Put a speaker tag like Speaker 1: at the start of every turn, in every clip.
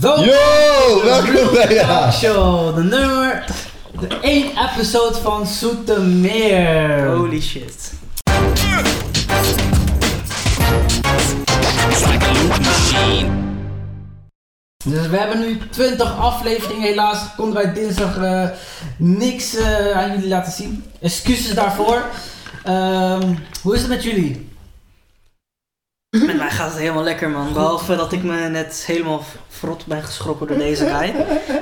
Speaker 1: Welkom
Speaker 2: Yo,
Speaker 1: bij de
Speaker 2: welkom
Speaker 1: Real
Speaker 2: bij- ja.
Speaker 1: Talk Show, de nummer, de 1 episode van Zoetermeer.
Speaker 3: Holy shit.
Speaker 1: Dus we hebben nu 20 afleveringen, helaas konden wij dinsdag eh, niks eh, aan jullie laten zien. Excuses daarvoor. Ehm, hoe is het met jullie?
Speaker 3: Met mij gaat het helemaal lekker, man. Behalve dat ik me net helemaal verrot ben geschrokken door deze guy.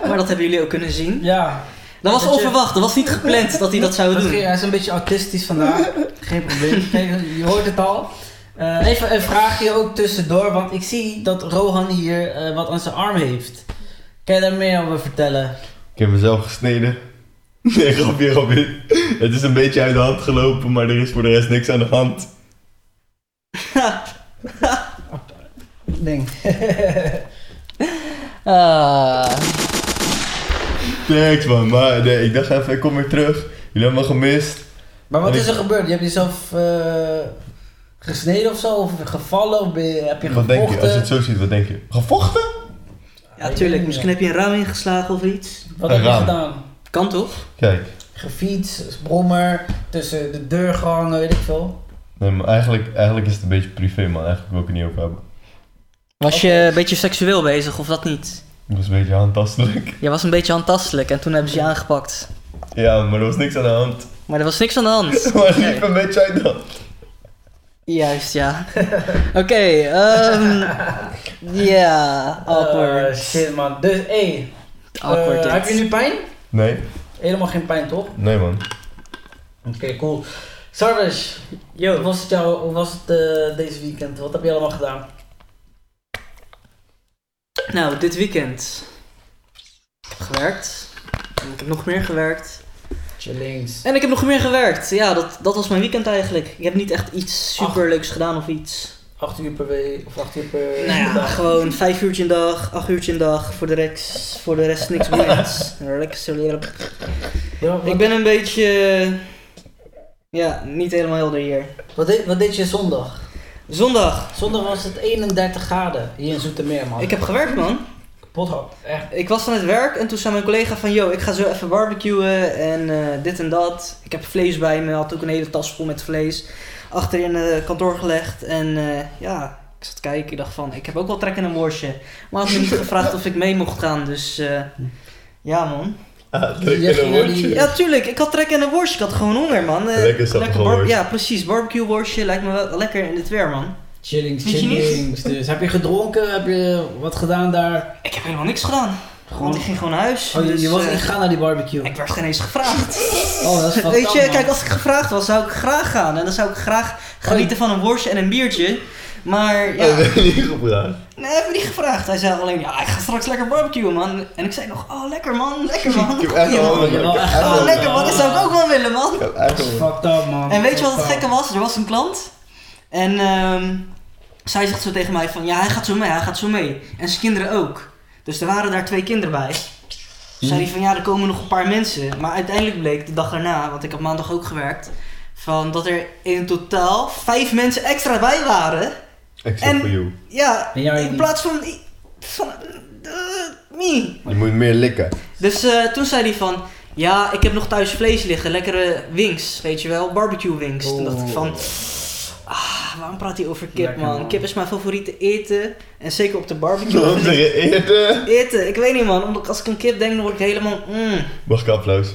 Speaker 3: Maar dat hebben jullie ook kunnen zien.
Speaker 1: Ja,
Speaker 3: Dat was
Speaker 1: Dat je-
Speaker 3: onverwacht, dat was niet gepland dat hij dat zou
Speaker 1: dat
Speaker 3: doen.
Speaker 1: ging- hij is een beetje autistisch vandaag. Geen probleem, Geen- je hoort het al. Eh, even een vraagje ook tussendoor, want ik zie dat Rohan hier eh, wat aan zijn arm heeft. Kan je daar meer over vertellen?
Speaker 2: Ik heb mezelf gesneden. Nee, grapje, grapje. Het is een beetje uit de hand gelopen, maar er is voor de rest niks aan de hand.
Speaker 1: ding.
Speaker 3: Ah.
Speaker 2: Thanks man, maar nee, ik dacht even, ik kom weer terug. Jullie hebben me gemist.
Speaker 1: maar wat
Speaker 2: En
Speaker 1: is er
Speaker 2: ik-
Speaker 1: gebeurd? Je hebt jezelf eh, gesneden of zo? Of gevallen? Of ben je- heb je
Speaker 2: Wat
Speaker 1: gevochten?
Speaker 2: denk je, als je het zo ziet, wat denk je? Gevochten?
Speaker 3: Ja, tuurlijk. Misschien heb je een raam ingeslagen of iets.
Speaker 1: Wat heb je
Speaker 2: Raam.
Speaker 1: gedaan?
Speaker 3: Kan toch?
Speaker 2: Kijk,
Speaker 1: Gefietst, brommer, tussen de deur gehangen, weet ik veel.
Speaker 2: nee, maar eigenlijk, eigenlijk is het een beetje privé man, eigenlijk wil ik het niet over hebben.
Speaker 3: Was je een beetje seksueel bezig of dat niet?
Speaker 2: Dat was een beetje handtastelijk.
Speaker 3: Je was een beetje aantastelijk en toen hebben ze je aangepakt.
Speaker 2: Ja, maar er was niks aan de hand.
Speaker 3: Maar er was niks aan de hand.
Speaker 2: Maar het liep een beetje uit de hand.
Speaker 3: Juist, ja. Oké, ehm... Ja, awkward.
Speaker 1: Eh, shit man. Dus hé,
Speaker 3: awkward,
Speaker 1: eh,
Speaker 3: dit.
Speaker 1: heb je nu pijn?
Speaker 2: Nee,
Speaker 1: Helemaal geen pijn toch?
Speaker 2: nee man.
Speaker 1: Oké, cool. Sardes,
Speaker 3: Yo.
Speaker 1: hoe was het, jou, hoe was het eh, deze weekend? Wat heb je allemaal gedaan?
Speaker 3: Nou, dit weekend. Ik heb gewerkt. En ik heb nog meer gewerkt.
Speaker 1: Chillings.
Speaker 3: En ik heb nog meer gewerkt. Ja, dat, dat was mijn weekend eigenlijk. Ik heb niet echt iets superleuks gedaan of iets.
Speaker 1: 8 uur per week of 8 uur per
Speaker 3: Nou ja,
Speaker 1: dag.
Speaker 3: gewoon vijf uurtje een dag, acht uurtje een dag. Voor de rest, voor de rest niks boeiends. Lekker zo leren.
Speaker 1: Ja, wat,
Speaker 3: Ik ben een beetje... eh, Ja, niet helemaal helder hier.
Speaker 1: wat, deed, wat deed je zondag?
Speaker 3: Zondag.
Speaker 1: Zondag was het 31 graden hier in Zoetermeer, man.
Speaker 3: Ik heb gewerkt, man.
Speaker 1: Pothap, echt.
Speaker 3: Ik was aan het werk en toen zei mijn collega van... Yo, ik ga zo even barbecuen en eh, dit en dat. Ik heb vlees bij me. Had ook een hele tas vol met vlees. Achter in het kantoor gelegd. En eh, ja, ik zat te kijken. Ik dacht van, ik heb ook wel trek in een worstje. Maar had me niet gevraagd of ik mee mocht gaan. Dus eh, ja, man.
Speaker 2: Ah,
Speaker 1: Je
Speaker 2: lekker een
Speaker 1: ging naar die-
Speaker 2: woordje.
Speaker 3: Ja, tuurlijk. Ik had trek in een worstje. Ik had gewoon honger, man. Eh,
Speaker 2: Lekker sappig
Speaker 3: bar-
Speaker 2: worstje.
Speaker 3: Ja, precies. Barbecue worstje lijkt me wel lekker in dit weer, man.
Speaker 1: Chilling,
Speaker 3: Vind je niet?
Speaker 1: chillings. Dus heb je gedronken? Heb je wat gedaan daar?
Speaker 3: Ik heb helemaal niks gedaan. Want ik ging gewoon naar huis.
Speaker 1: Oh, je,
Speaker 3: dus,
Speaker 1: je was
Speaker 3: eh,
Speaker 1: ingegaan naar die barbecue.
Speaker 3: ik werd geen eens gevraagd.
Speaker 1: Oh, dat is fantastisch.
Speaker 3: Weet je, kijk, als ik gevraagd was, zou ik graag gaan. En dan zou ik graag genieten van een worstje en een biertje. Maar ja,
Speaker 2: Oh, ben je niet gevraagd?
Speaker 3: nee, heb ik niet gevraagd. Hij zei alleen, ja, ik ga straks lekker barbecuen, man. En ik zei nog, oh, lekker man, lekker man.
Speaker 2: Ik heb echt
Speaker 3: Goeie, man.
Speaker 2: honger.
Speaker 1: Ja,
Speaker 2: man. Ik heb
Speaker 1: echt
Speaker 2: echt
Speaker 3: Oh,
Speaker 1: honger.
Speaker 2: honger.
Speaker 3: lekker man, dat zou ik ook wel willen, man.
Speaker 2: Ik heb echt honger.
Speaker 1: Fucked up, man.
Speaker 3: En weet je wat het
Speaker 1: Fucked
Speaker 3: gekke
Speaker 1: up.
Speaker 3: was? Er was een klant. En ehm, zij zegt zo tegen mij van, ja, hij gaat zo mee, hij gaat zo mee. En zijn kinderen ook. Dus er waren daar twee kinderen bij. Toen zei hij van, ja, er komen nog een paar mensen. Maar uiteindelijk bleek de dag erna, want ik heb maandag ook gewerkt... van dat er in totaal vijf mensen extra bij waren.
Speaker 2: Except
Speaker 3: En-
Speaker 2: for you.
Speaker 3: Ja,
Speaker 1: En jij
Speaker 3: in
Speaker 1: niet.
Speaker 3: plaats van... van eh, me.
Speaker 2: Je moet meer likken.
Speaker 3: Dus eh, toen zei hij van... Ja, ik heb nog thuis vlees liggen. Lekkere wings, weet je wel. Barbecue wings. Toen dacht ik van... Ah, waarom praat hij over kip,
Speaker 1: Lekker,
Speaker 3: man?
Speaker 1: man.
Speaker 3: Kip is mijn favoriete eten. En zeker op de
Speaker 2: Waarom zeg
Speaker 3: barbecue.
Speaker 2: je eerder?
Speaker 3: eten, ik weet niet, man. Omdat als ik aan kip denk, dan word ik helemaal... mm.
Speaker 2: Mag ik applaus?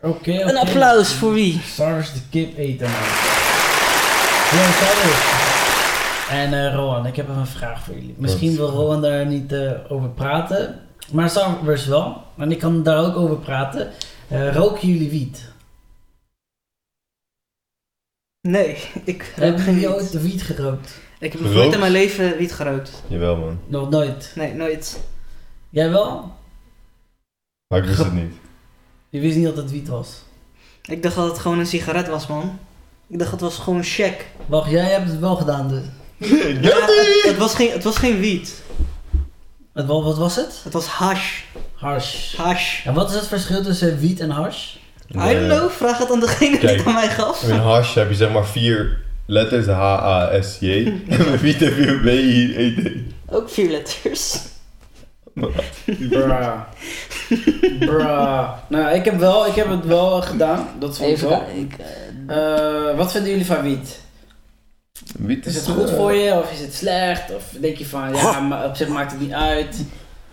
Speaker 1: Oké, oké.
Speaker 3: Een applaus voor wie?
Speaker 1: Sardes de kip eten, man. Ja, Sardes. En eh, Rowan, ik heb even een vraag voor jullie. Misschien wil Rowan daar niet eh, over praten, maar Sardes wel. En ik kan daar ook over praten. Eh, roken jullie wiet?
Speaker 3: Nee, ik rook
Speaker 1: Hebben
Speaker 3: geen
Speaker 1: jullie
Speaker 3: wiet.
Speaker 1: ooit wiet gerookt?
Speaker 3: Ik heb nog nooit
Speaker 2: Gerookt?
Speaker 3: in mijn leven wiet gerookt.
Speaker 2: Jawel man.
Speaker 1: Nog nooit.
Speaker 3: Nee, nooit.
Speaker 1: Jij wel?
Speaker 2: Maar ik wist het niet.
Speaker 1: Je wist niet dat het wiet was.
Speaker 3: Ik dacht dat het gewoon een sigaret was, man. Ik dacht het was gewoon een check.
Speaker 1: Wacht, jij hebt het wel gedaan dus.
Speaker 2: Guilty!
Speaker 3: Het was geen, het was geen wiet.
Speaker 1: Het, wa- wat was het?
Speaker 3: Het was hash.
Speaker 1: Hars.
Speaker 3: Hash.
Speaker 1: En wat is het verschil tussen wiet en hars?
Speaker 3: I don't know, vraag het aan degene die
Speaker 2: Kijk.
Speaker 3: het aan mij gaf.
Speaker 2: In een hash heb je zeg maar vier letters. E H-A-S-J. En met wiet heb je B-I-E-D.
Speaker 3: Ook vier letters.
Speaker 1: Bruh. Bruh. Nou, ik heb, wel, ik heb het wel gedaan. Dat vond ik
Speaker 4: Even
Speaker 1: wel.
Speaker 4: kijken. ik, eh,
Speaker 1: Eh, wat vinden jullie van wiet?
Speaker 2: Wiet
Speaker 1: Is het
Speaker 2: eh,
Speaker 1: goed voor je of is het slecht? Of denk je van, ja, maar op zich maakt het niet uit.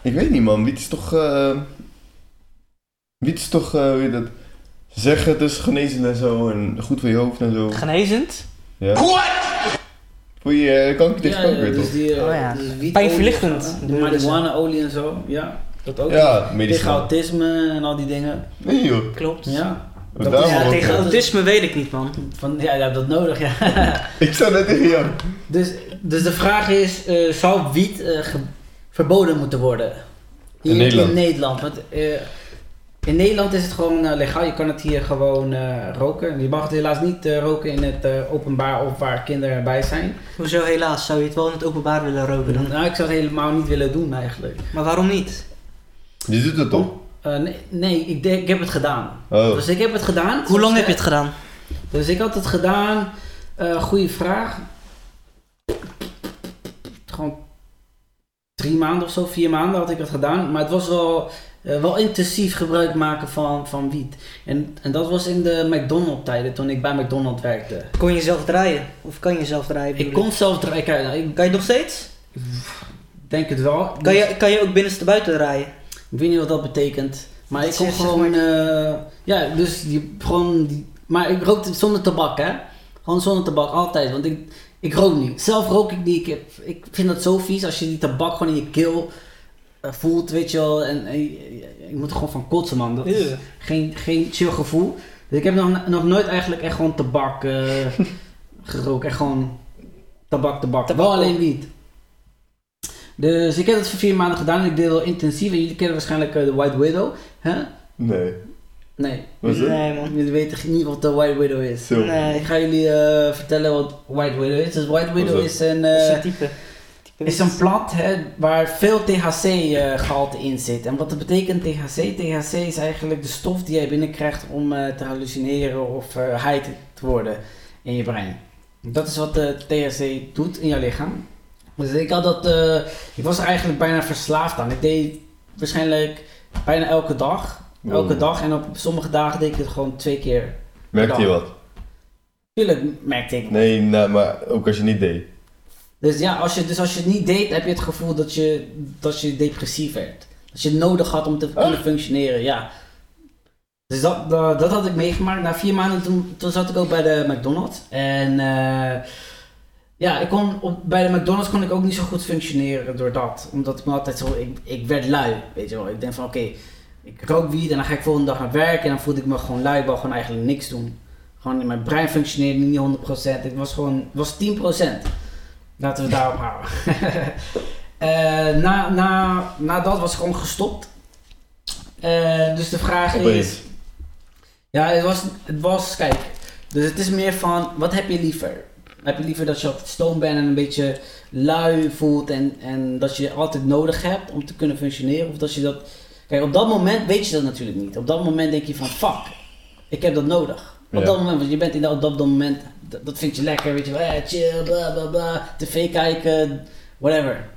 Speaker 2: Ik weet niet, man. Wiet is toch... eh, Wiet is toch... eh, hoe heet dat? Ze zeggen het is genezend en zo. En goed voor je hoofd en zo.
Speaker 3: Genezend?
Speaker 2: Ja. What? Voor je eh, kanker tegen
Speaker 1: Ja,
Speaker 2: kanker,
Speaker 1: dus
Speaker 2: toch?
Speaker 1: die eh,
Speaker 3: Oh ja.
Speaker 1: dus wietolie,
Speaker 3: Pijnverlichtend.
Speaker 1: eh, De marihuana-olie en zo, ja. Dat ook.
Speaker 2: Ja,
Speaker 1: Tegen
Speaker 2: medicinaal.
Speaker 1: autisme en al die dingen.
Speaker 2: Nee, joh.
Speaker 3: Klopt.
Speaker 1: Ja,
Speaker 2: Wat
Speaker 1: Dat
Speaker 2: daarom
Speaker 1: is- ja,
Speaker 2: ook,
Speaker 1: tegen-
Speaker 2: eh.
Speaker 3: Autisme weet ik niet, man.
Speaker 1: van, ja, je hebt dat nodig, ja.
Speaker 2: Ik zou net tegen jou.
Speaker 1: Dus, dus de vraag is, eh, zou wiet eh, ge- verboden moeten worden? Hier
Speaker 2: In Nederland.
Speaker 1: In Nederland. Want, eh, in Nederland is het gewoon eh, legaal. Je kan het hier gewoon eh, roken. Je mag het helaas niet eh, roken in het eh, openbaar of waar kinderen bij zijn.
Speaker 3: Hoezo helaas? Zou je het wel in het openbaar willen roken dan?
Speaker 1: Nou, ik zou het helemaal niet willen doen eigenlijk.
Speaker 3: Maar waarom niet?
Speaker 2: Je doet het toch?
Speaker 1: Eh, nee, nee ik, denk- ik heb het gedaan.
Speaker 2: Oh.
Speaker 1: Dus ik heb het gedaan. eh,
Speaker 3: Hoe lang heb je het gedaan?
Speaker 1: Dus ik had het gedaan. eh goede vraag. Gewoon drie maanden of zo, vier maanden had ik het gedaan. Maar het was wel, eh, wel intensief gebruik maken van, van wiet. En, en dat was in de McDonald's tijden, toen ik bij McDonald's werkte.
Speaker 3: Kon je zelf draaien? Of kan je zelf draaien?
Speaker 1: Ik
Speaker 3: bedoel
Speaker 1: kon zelf draaien. Kijk, nou, Ik
Speaker 3: Kan je nog steeds?
Speaker 1: denk het wel.
Speaker 3: Kan je, kan je ook binnenste buiten draaien?
Speaker 1: Ik weet niet wat dat betekent. Maar
Speaker 3: Dat
Speaker 1: ik kon
Speaker 3: is, zeg
Speaker 1: gewoon. eh, ja, dus die, gewoon. Die, maar ik rookte zonder tabak, hè? Gewoon zonder tabak, altijd. Want ik, ik rook niet. Zelf rook ik niet. Ik, heb, ik vind dat zo vies als je die tabak gewoon in je keel eh, voelt, weet je wel. En, en je, je moet er gewoon van kotsen, man. Dat is
Speaker 3: Ew.
Speaker 1: geen, geen chill gevoel. Dus ik heb nog, nog nooit eigenlijk echt gewoon tabak eh, gerookt. Echt gewoon tabak, tabak.
Speaker 3: Tabak
Speaker 1: Wel alleen
Speaker 3: ook.
Speaker 1: wiet. Dus ik heb dat voor vier maanden gedaan en ik deed wel intensief. En jullie kennen waarschijnlijk eh, de White Widow, hè?
Speaker 2: Nee.
Speaker 1: Nee,
Speaker 2: Was het?
Speaker 3: Nee, man.
Speaker 1: jullie weten niet wat de White Widow is.
Speaker 2: Zo.
Speaker 3: Nee.
Speaker 1: Ik ga jullie eh, vertellen wat White Widow is. Dus White Widow
Speaker 2: dat?
Speaker 1: is een,
Speaker 3: Dat is
Speaker 1: eh,
Speaker 3: een type. Type
Speaker 1: is een plant hè, waar veel THC-gehalte eh, in zit. En wat dat betekent THC? THC is eigenlijk de stof die jij binnenkrijgt om eh, te hallucineren of eh high te worden in je brein. Dat is wat eh, de THC doet in jouw lichaam. Dus ik had dat, eh, ik was er eigenlijk bijna verslaafd aan. Ik deed waarschijnlijk bijna elke dag. Elke
Speaker 2: Wow.
Speaker 1: dag en op sommige dagen deed ik het gewoon twee keer.
Speaker 2: Merkte je wat?
Speaker 1: Tuurlijk merkte ik
Speaker 2: Nee, nou, maar ook als je niet deed.
Speaker 1: Dus ja, als je, dus als je het niet deed, heb je het gevoel dat je, dat je depressief werd. Dat je het nodig had om te kunnen functioneren, ja. Dus dat, dat, dat had ik meegemaakt. Na vier maanden toen, toen zat ik ook bij de McDonald's. En eh, ja, ik kon op, bij de McDonald's kon ik ook niet zo goed functioneren door dat. Omdat ik me altijd zo, ik, ik werd lui, weet je wel. Ik denk van oké, ik rook wiet en dan ga ik volgende dag naar werk. En dan voelde ik me gewoon lui, ik wou gewoon eigenlijk niks doen. Gewoon mijn brein functioneerde niet 100%. Ik was gewoon, was 10%. Laten we het daarop houden. Eh, na, na, na dat was ik gewoon gestopt. Eh, dus de vraag is...
Speaker 2: Opeens.
Speaker 1: Ja, het was, het was... Kijk, dus het is meer van... Wat heb je liever? Heb je liever dat je op stoom bent en een beetje lui voelt... En, en dat je je altijd nodig hebt om te kunnen functioneren? Of dat je dat... Kijk, op dat moment weet je dat natuurlijk niet. Op dat moment denk je van... Fuck, ik heb dat nodig. Op
Speaker 2: Ja.
Speaker 1: dat moment, want je bent in dat, op dat moment, dat, dat vind je lekker, weet je wel, eh, chill, bla bla bla, tv kijken, whatever.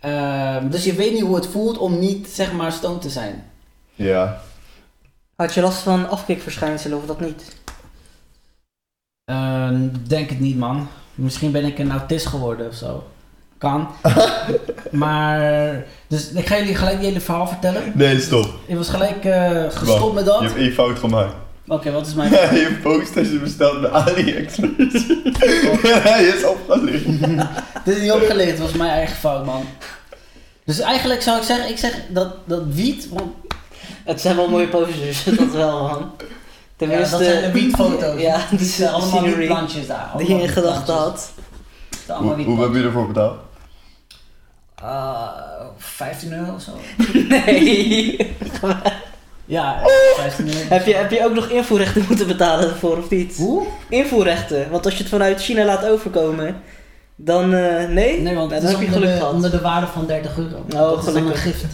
Speaker 1: Ehm, dus je weet niet hoe het voelt om niet, zeg maar, stoned te zijn.
Speaker 2: Ja.
Speaker 3: Had je last van afkikverschijnselen of dat niet?
Speaker 1: Ehm, denk het niet, man. Misschien ben ik een autist geworden of zo. Kan. maar, dus ik ga jullie gelijk die hele verhaal vertellen.
Speaker 2: Nee, stop.
Speaker 1: Ik was gelijk eh, gestopt
Speaker 2: Wacht,
Speaker 1: met dat.
Speaker 2: Je hebt één fout gemaakt.
Speaker 1: Oké, wat is mijn...
Speaker 2: je post als je bestelt bij AliExpress. Hij is opgelegd.
Speaker 1: Dit is niet opgelegd, het was mijn eigen fout, man. Dus eigenlijk zou ik zeggen, ik zeg dat, dat wiet, want
Speaker 3: Het zijn wel mooie posters, dus dat wel, man. Tenminste...
Speaker 1: ja, dat zijn de wietfoto's.
Speaker 3: Ja,
Speaker 1: het
Speaker 3: dat
Speaker 1: is
Speaker 3: is de
Speaker 1: allemaal
Speaker 3: scenery
Speaker 1: wietplantjes daar.
Speaker 3: die je in gedachten had.
Speaker 2: Hoe, hoe heb je ervoor betaald?
Speaker 1: 15 Ah, euro of zo.
Speaker 3: Nee.
Speaker 1: Ja, 15 euro.
Speaker 3: Oh! heb, je, heb je ook nog invoerrechten moeten betalen ervoor of niet?
Speaker 1: Hoe?
Speaker 3: Invoerrechten, want als je het vanuit China laat overkomen, dan eh, nee?
Speaker 1: Nee, want
Speaker 3: Nou,
Speaker 1: het is
Speaker 3: dan heb je
Speaker 1: onder,
Speaker 3: geluk
Speaker 1: de,
Speaker 3: gehad.
Speaker 1: onder de waarde van 30 euro. Oh,
Speaker 3: gelukkig.
Speaker 1: gift.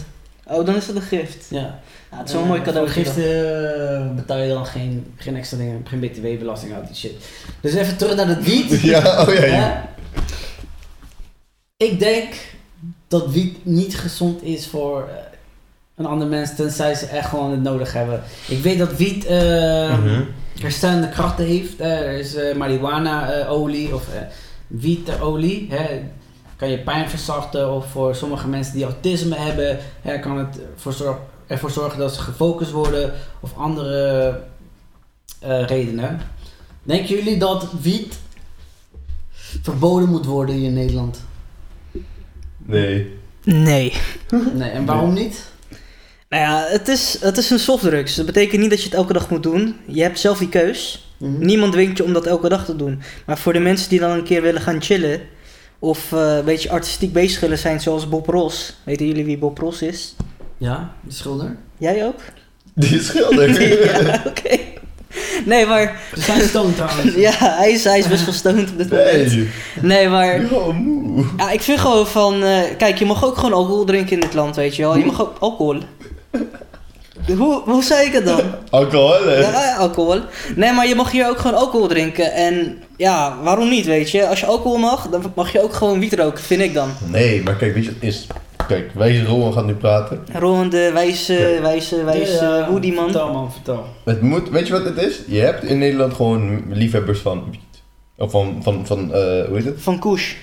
Speaker 3: Oh, dan is dat een gift.
Speaker 1: Ja.
Speaker 3: Ja, het is wel een mooi cadeau.
Speaker 1: Voor giften eh, betaal je dan geen, geen extra dingen, geen btw-belasting uit die shit. Dus even
Speaker 2: oh
Speaker 1: terug naar het wiet.
Speaker 2: Ja, oh ja. ja.
Speaker 1: Hè? Ik denk dat wiet niet gezond is voor eh, een ander mens, tenzij ze echt gewoon het nodig hebben. Ik weet dat wiet eh,
Speaker 4: Mhm.
Speaker 1: herstellende krachten heeft. Eh, er is eh marihuana-olie of eh wietolie. Hè. Kan je pijn verzachten of voor sommige mensen die autisme hebben, hè, kan het voor zor- ervoor zorgen dat ze gefocust worden of andere eh, redenen. Denken jullie dat wiet verboden moet worden hier in Nederland?
Speaker 2: Nee.
Speaker 3: Nee.
Speaker 1: Nee, en waarom niet?
Speaker 3: Nou ja, het is, het is een softdrugs. Dat betekent niet dat je het elke dag moet doen. Je hebt zelf die keus. Niemand dwingt je om dat elke dag te doen. Maar voor de mensen die dan een keer willen gaan chillen. Of eh, een beetje artistiek bezig willen zijn, zoals Bob Ross. Weten jullie wie Bob Ross is?
Speaker 1: Ja, de schilder.
Speaker 3: Jij ook?
Speaker 2: Die schilder.
Speaker 3: ja, oké. Nee, maar
Speaker 1: Ze zijn stoned trouwens.
Speaker 3: ja, hij is, hij is best wel stoned op dit
Speaker 2: Nee.
Speaker 3: moment. Nee,
Speaker 2: Ik ben
Speaker 3: maar
Speaker 2: gewoon moe.
Speaker 3: ja, ik vind gewoon van... eh, kijk, je mag ook gewoon alcohol drinken in dit land, weet je wel. Je mag ook alcohol. Hoe, hoe zei ik het dan?
Speaker 2: Alcohol, hè?
Speaker 3: Ja, ja, alcohol. Nee, maar je mag hier ook gewoon alcohol drinken. En ja, waarom niet, weet je? Als je alcohol mag, dan mag je ook gewoon wiet roken, vind ik dan.
Speaker 2: Nee, maar kijk, weet je wat is? Kijk, wij zijn Rowan gaan nu praten.
Speaker 3: Rowan de wijze, wijze, wijze,
Speaker 1: Ja,
Speaker 3: eh, hoe die man.
Speaker 1: Dus, eh, Vertel man, vertel.
Speaker 2: Het moet, weet je wat het is? Je hebt in Nederland gewoon liefhebbers van wiet. Of van, van, van eh, hoe heet het?
Speaker 3: Van Koes.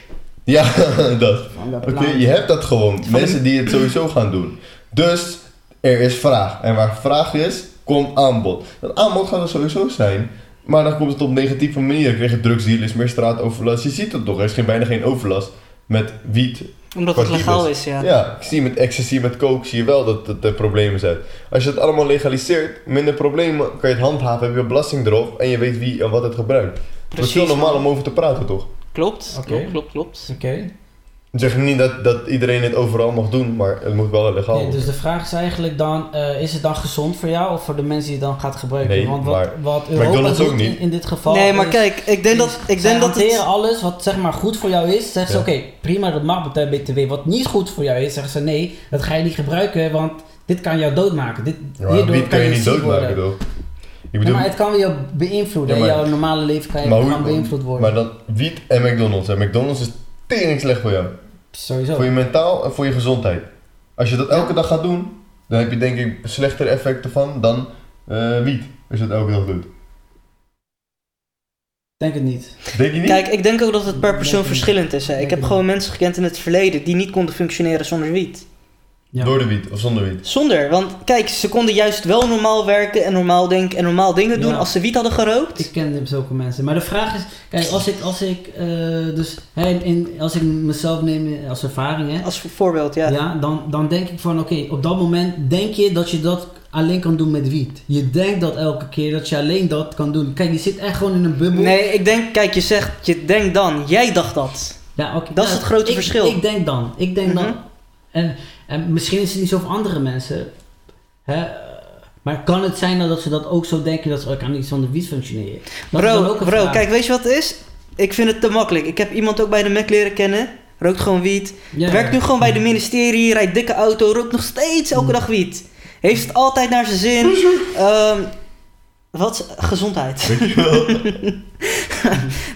Speaker 2: Ja, dat.
Speaker 1: Van dat
Speaker 2: Oké,
Speaker 1: plaat.
Speaker 2: je hebt dat gewoon. Mensen die het sowieso gaan doen. Dus er is vraag. En waar vraag is, komt aanbod. Dat aanbod gaat er sowieso zijn. Maar dan komt het op negatieve manieren. Krijg je drugsdeal, is meer straatoverlast. Je ziet het toch, er is geen, bijna geen overlast. Met wiet.
Speaker 3: Omdat het
Speaker 2: Kwartier
Speaker 3: legaal is, ja.
Speaker 2: Ja. ik zie met ecstasy, met coke, zie je wel dat het er problemen zijn. Als je het allemaal legaliseert, minder problemen. Kan je het handhaven, heb je belasting erop. En je weet wie en wat het gebruikt. Dat is
Speaker 3: Precies.
Speaker 2: heel normaal om over te praten, toch?
Speaker 3: Klopt,
Speaker 1: Oké.
Speaker 3: klopt, klopt, klopt.
Speaker 1: Oké.
Speaker 2: Ik zeg niet dat, dat iedereen het overal mag doen, maar het moet wel legaal
Speaker 1: Nee,
Speaker 2: worden.
Speaker 1: dus de vraag is eigenlijk dan, eh, is het dan gezond voor jou of voor de mensen die het dan gaat gebruiken?
Speaker 2: Nee,
Speaker 1: Want wat,
Speaker 2: maar
Speaker 1: wat Europa
Speaker 2: McDonald's
Speaker 1: doet
Speaker 2: ook
Speaker 1: in,
Speaker 2: niet.
Speaker 1: in dit geval
Speaker 3: nee, maar
Speaker 1: is-
Speaker 3: kijk, ik denk dat, ik
Speaker 1: zij
Speaker 3: denk dat
Speaker 1: hanteren
Speaker 3: het...
Speaker 1: alles wat zeg maar goed voor jou is, zeggen ze
Speaker 2: Ja.
Speaker 1: oké, prima, dat mag betaal BTW. Wat niet goed voor jou is, zeggen ze nee, dat ga je niet gebruiken, want dit kan jou doodmaken. Dit,
Speaker 2: Ja,
Speaker 1: hierdoor
Speaker 2: maar wiet kan je niet
Speaker 1: ziek
Speaker 2: doodmaken,
Speaker 1: worden.
Speaker 2: toch? Ik
Speaker 1: Ja,
Speaker 2: bedoel,
Speaker 1: maar het kan jou beïnvloeden.
Speaker 2: Ja, maar-
Speaker 1: jouw normale leven kan, je,
Speaker 2: maar hoe-
Speaker 1: kan beïnvloed worden.
Speaker 2: maar dan wiet en McDonald's. En McDonald's is tering slecht voor jou.
Speaker 1: Sowieso.
Speaker 2: Voor je mentaal en voor je gezondheid. Als je dat elke dag gaat doen, dan heb je denk ik slechtere effecten van dan eh, wiet. Als je dat elke dag doet.
Speaker 1: Denk het niet.
Speaker 2: Denk je niet?
Speaker 3: Kijk, ik denk ook dat het per persoon
Speaker 1: Nee,
Speaker 3: verschillend is. Hè.
Speaker 1: nee,
Speaker 3: Ik heb
Speaker 1: nee.
Speaker 3: gewoon mensen gekend in het verleden die niet konden functioneren zonder wiet.
Speaker 1: Ja.
Speaker 2: Door de wiet of zonder wiet.
Speaker 3: Zonder, want kijk, ze konden juist wel normaal werken en normaal denken en normaal dingen doen
Speaker 1: Ja.
Speaker 3: als ze wiet hadden gerookt.
Speaker 1: Ik ken zulke mensen. Maar de vraag is, kijk, als ik, als ik, eh, dus, hè, in, als ik mezelf neem als ervaring, hè,
Speaker 3: Als voorbeeld, ja.
Speaker 1: ja. dan, dan denk ik van, oké, op dat moment denk je dat je dat alleen kan doen met wiet. Je denkt dat elke keer dat je alleen dat kan doen. Kijk, je zit echt gewoon in een bubbel.
Speaker 3: Nee, ik denk, kijk, je zegt, je denkt dan, jij dacht dat.
Speaker 1: Ja, oké.
Speaker 3: Dat is het grote
Speaker 1: ik-
Speaker 3: verschil.
Speaker 1: Ik denk dan. Ik denk
Speaker 3: Mhm.
Speaker 1: dan. En, en misschien is het niet zo voor andere mensen. Hè? eh, Maar kan het zijn dat ze dat ook zo denken dat ze elkaar niet zonder wiet functioneren? Dat is dan
Speaker 3: Bro,
Speaker 1: ook een
Speaker 3: bro,
Speaker 1: vraag.
Speaker 3: kijk, weet je wat het is? Ik vind het te makkelijk. Ik heb iemand ook bij de Mac leren kennen, rookt gewoon wiet.
Speaker 1: Ja. Mm.
Speaker 3: Werkt nu gewoon bij de ministerie, rijdt dikke auto, rookt nog steeds elke dag wiet. Heeft het altijd naar zijn zin. Ehm, wat? Gezondheid.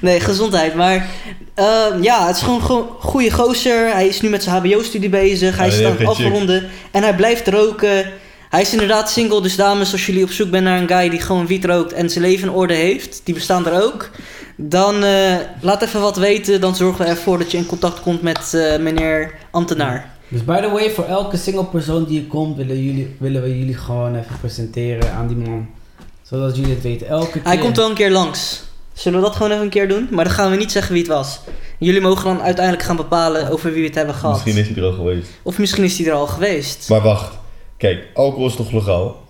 Speaker 3: nee, gezondheid. Maar ehm, ja, het is gewoon een goede gozer. Hij is nu met zijn HBO-studie bezig. Hij
Speaker 2: Ja,
Speaker 3: is
Speaker 2: die
Speaker 3: aan
Speaker 2: heeft
Speaker 3: het
Speaker 2: geen chicks.
Speaker 3: afronden. En hij blijft roken. Hij is inderdaad single, dus dames, als jullie op zoek bent naar een guy die gewoon wiet rookt en zijn leven in orde heeft, die bestaan er ook. Dan eh, laat even wat weten, dan zorgen we ervoor dat je in contact komt met eh, meneer ambtenaar.
Speaker 1: Dus by the way, voor elke single persoon die hier komt, willen, jullie, willen we jullie gewoon even presenteren aan die man. Zodat jullie het weten. Elke keer.
Speaker 3: Hij komt wel een keer langs. Zullen we dat gewoon even een keer doen? Maar dan gaan we niet zeggen wie het was. Jullie mogen dan uiteindelijk gaan bepalen over wie we het hebben gehad.
Speaker 2: Misschien is hij er al geweest.
Speaker 3: Of misschien is hij er al geweest.
Speaker 2: Maar wacht. Kijk, alcohol is toch legaal?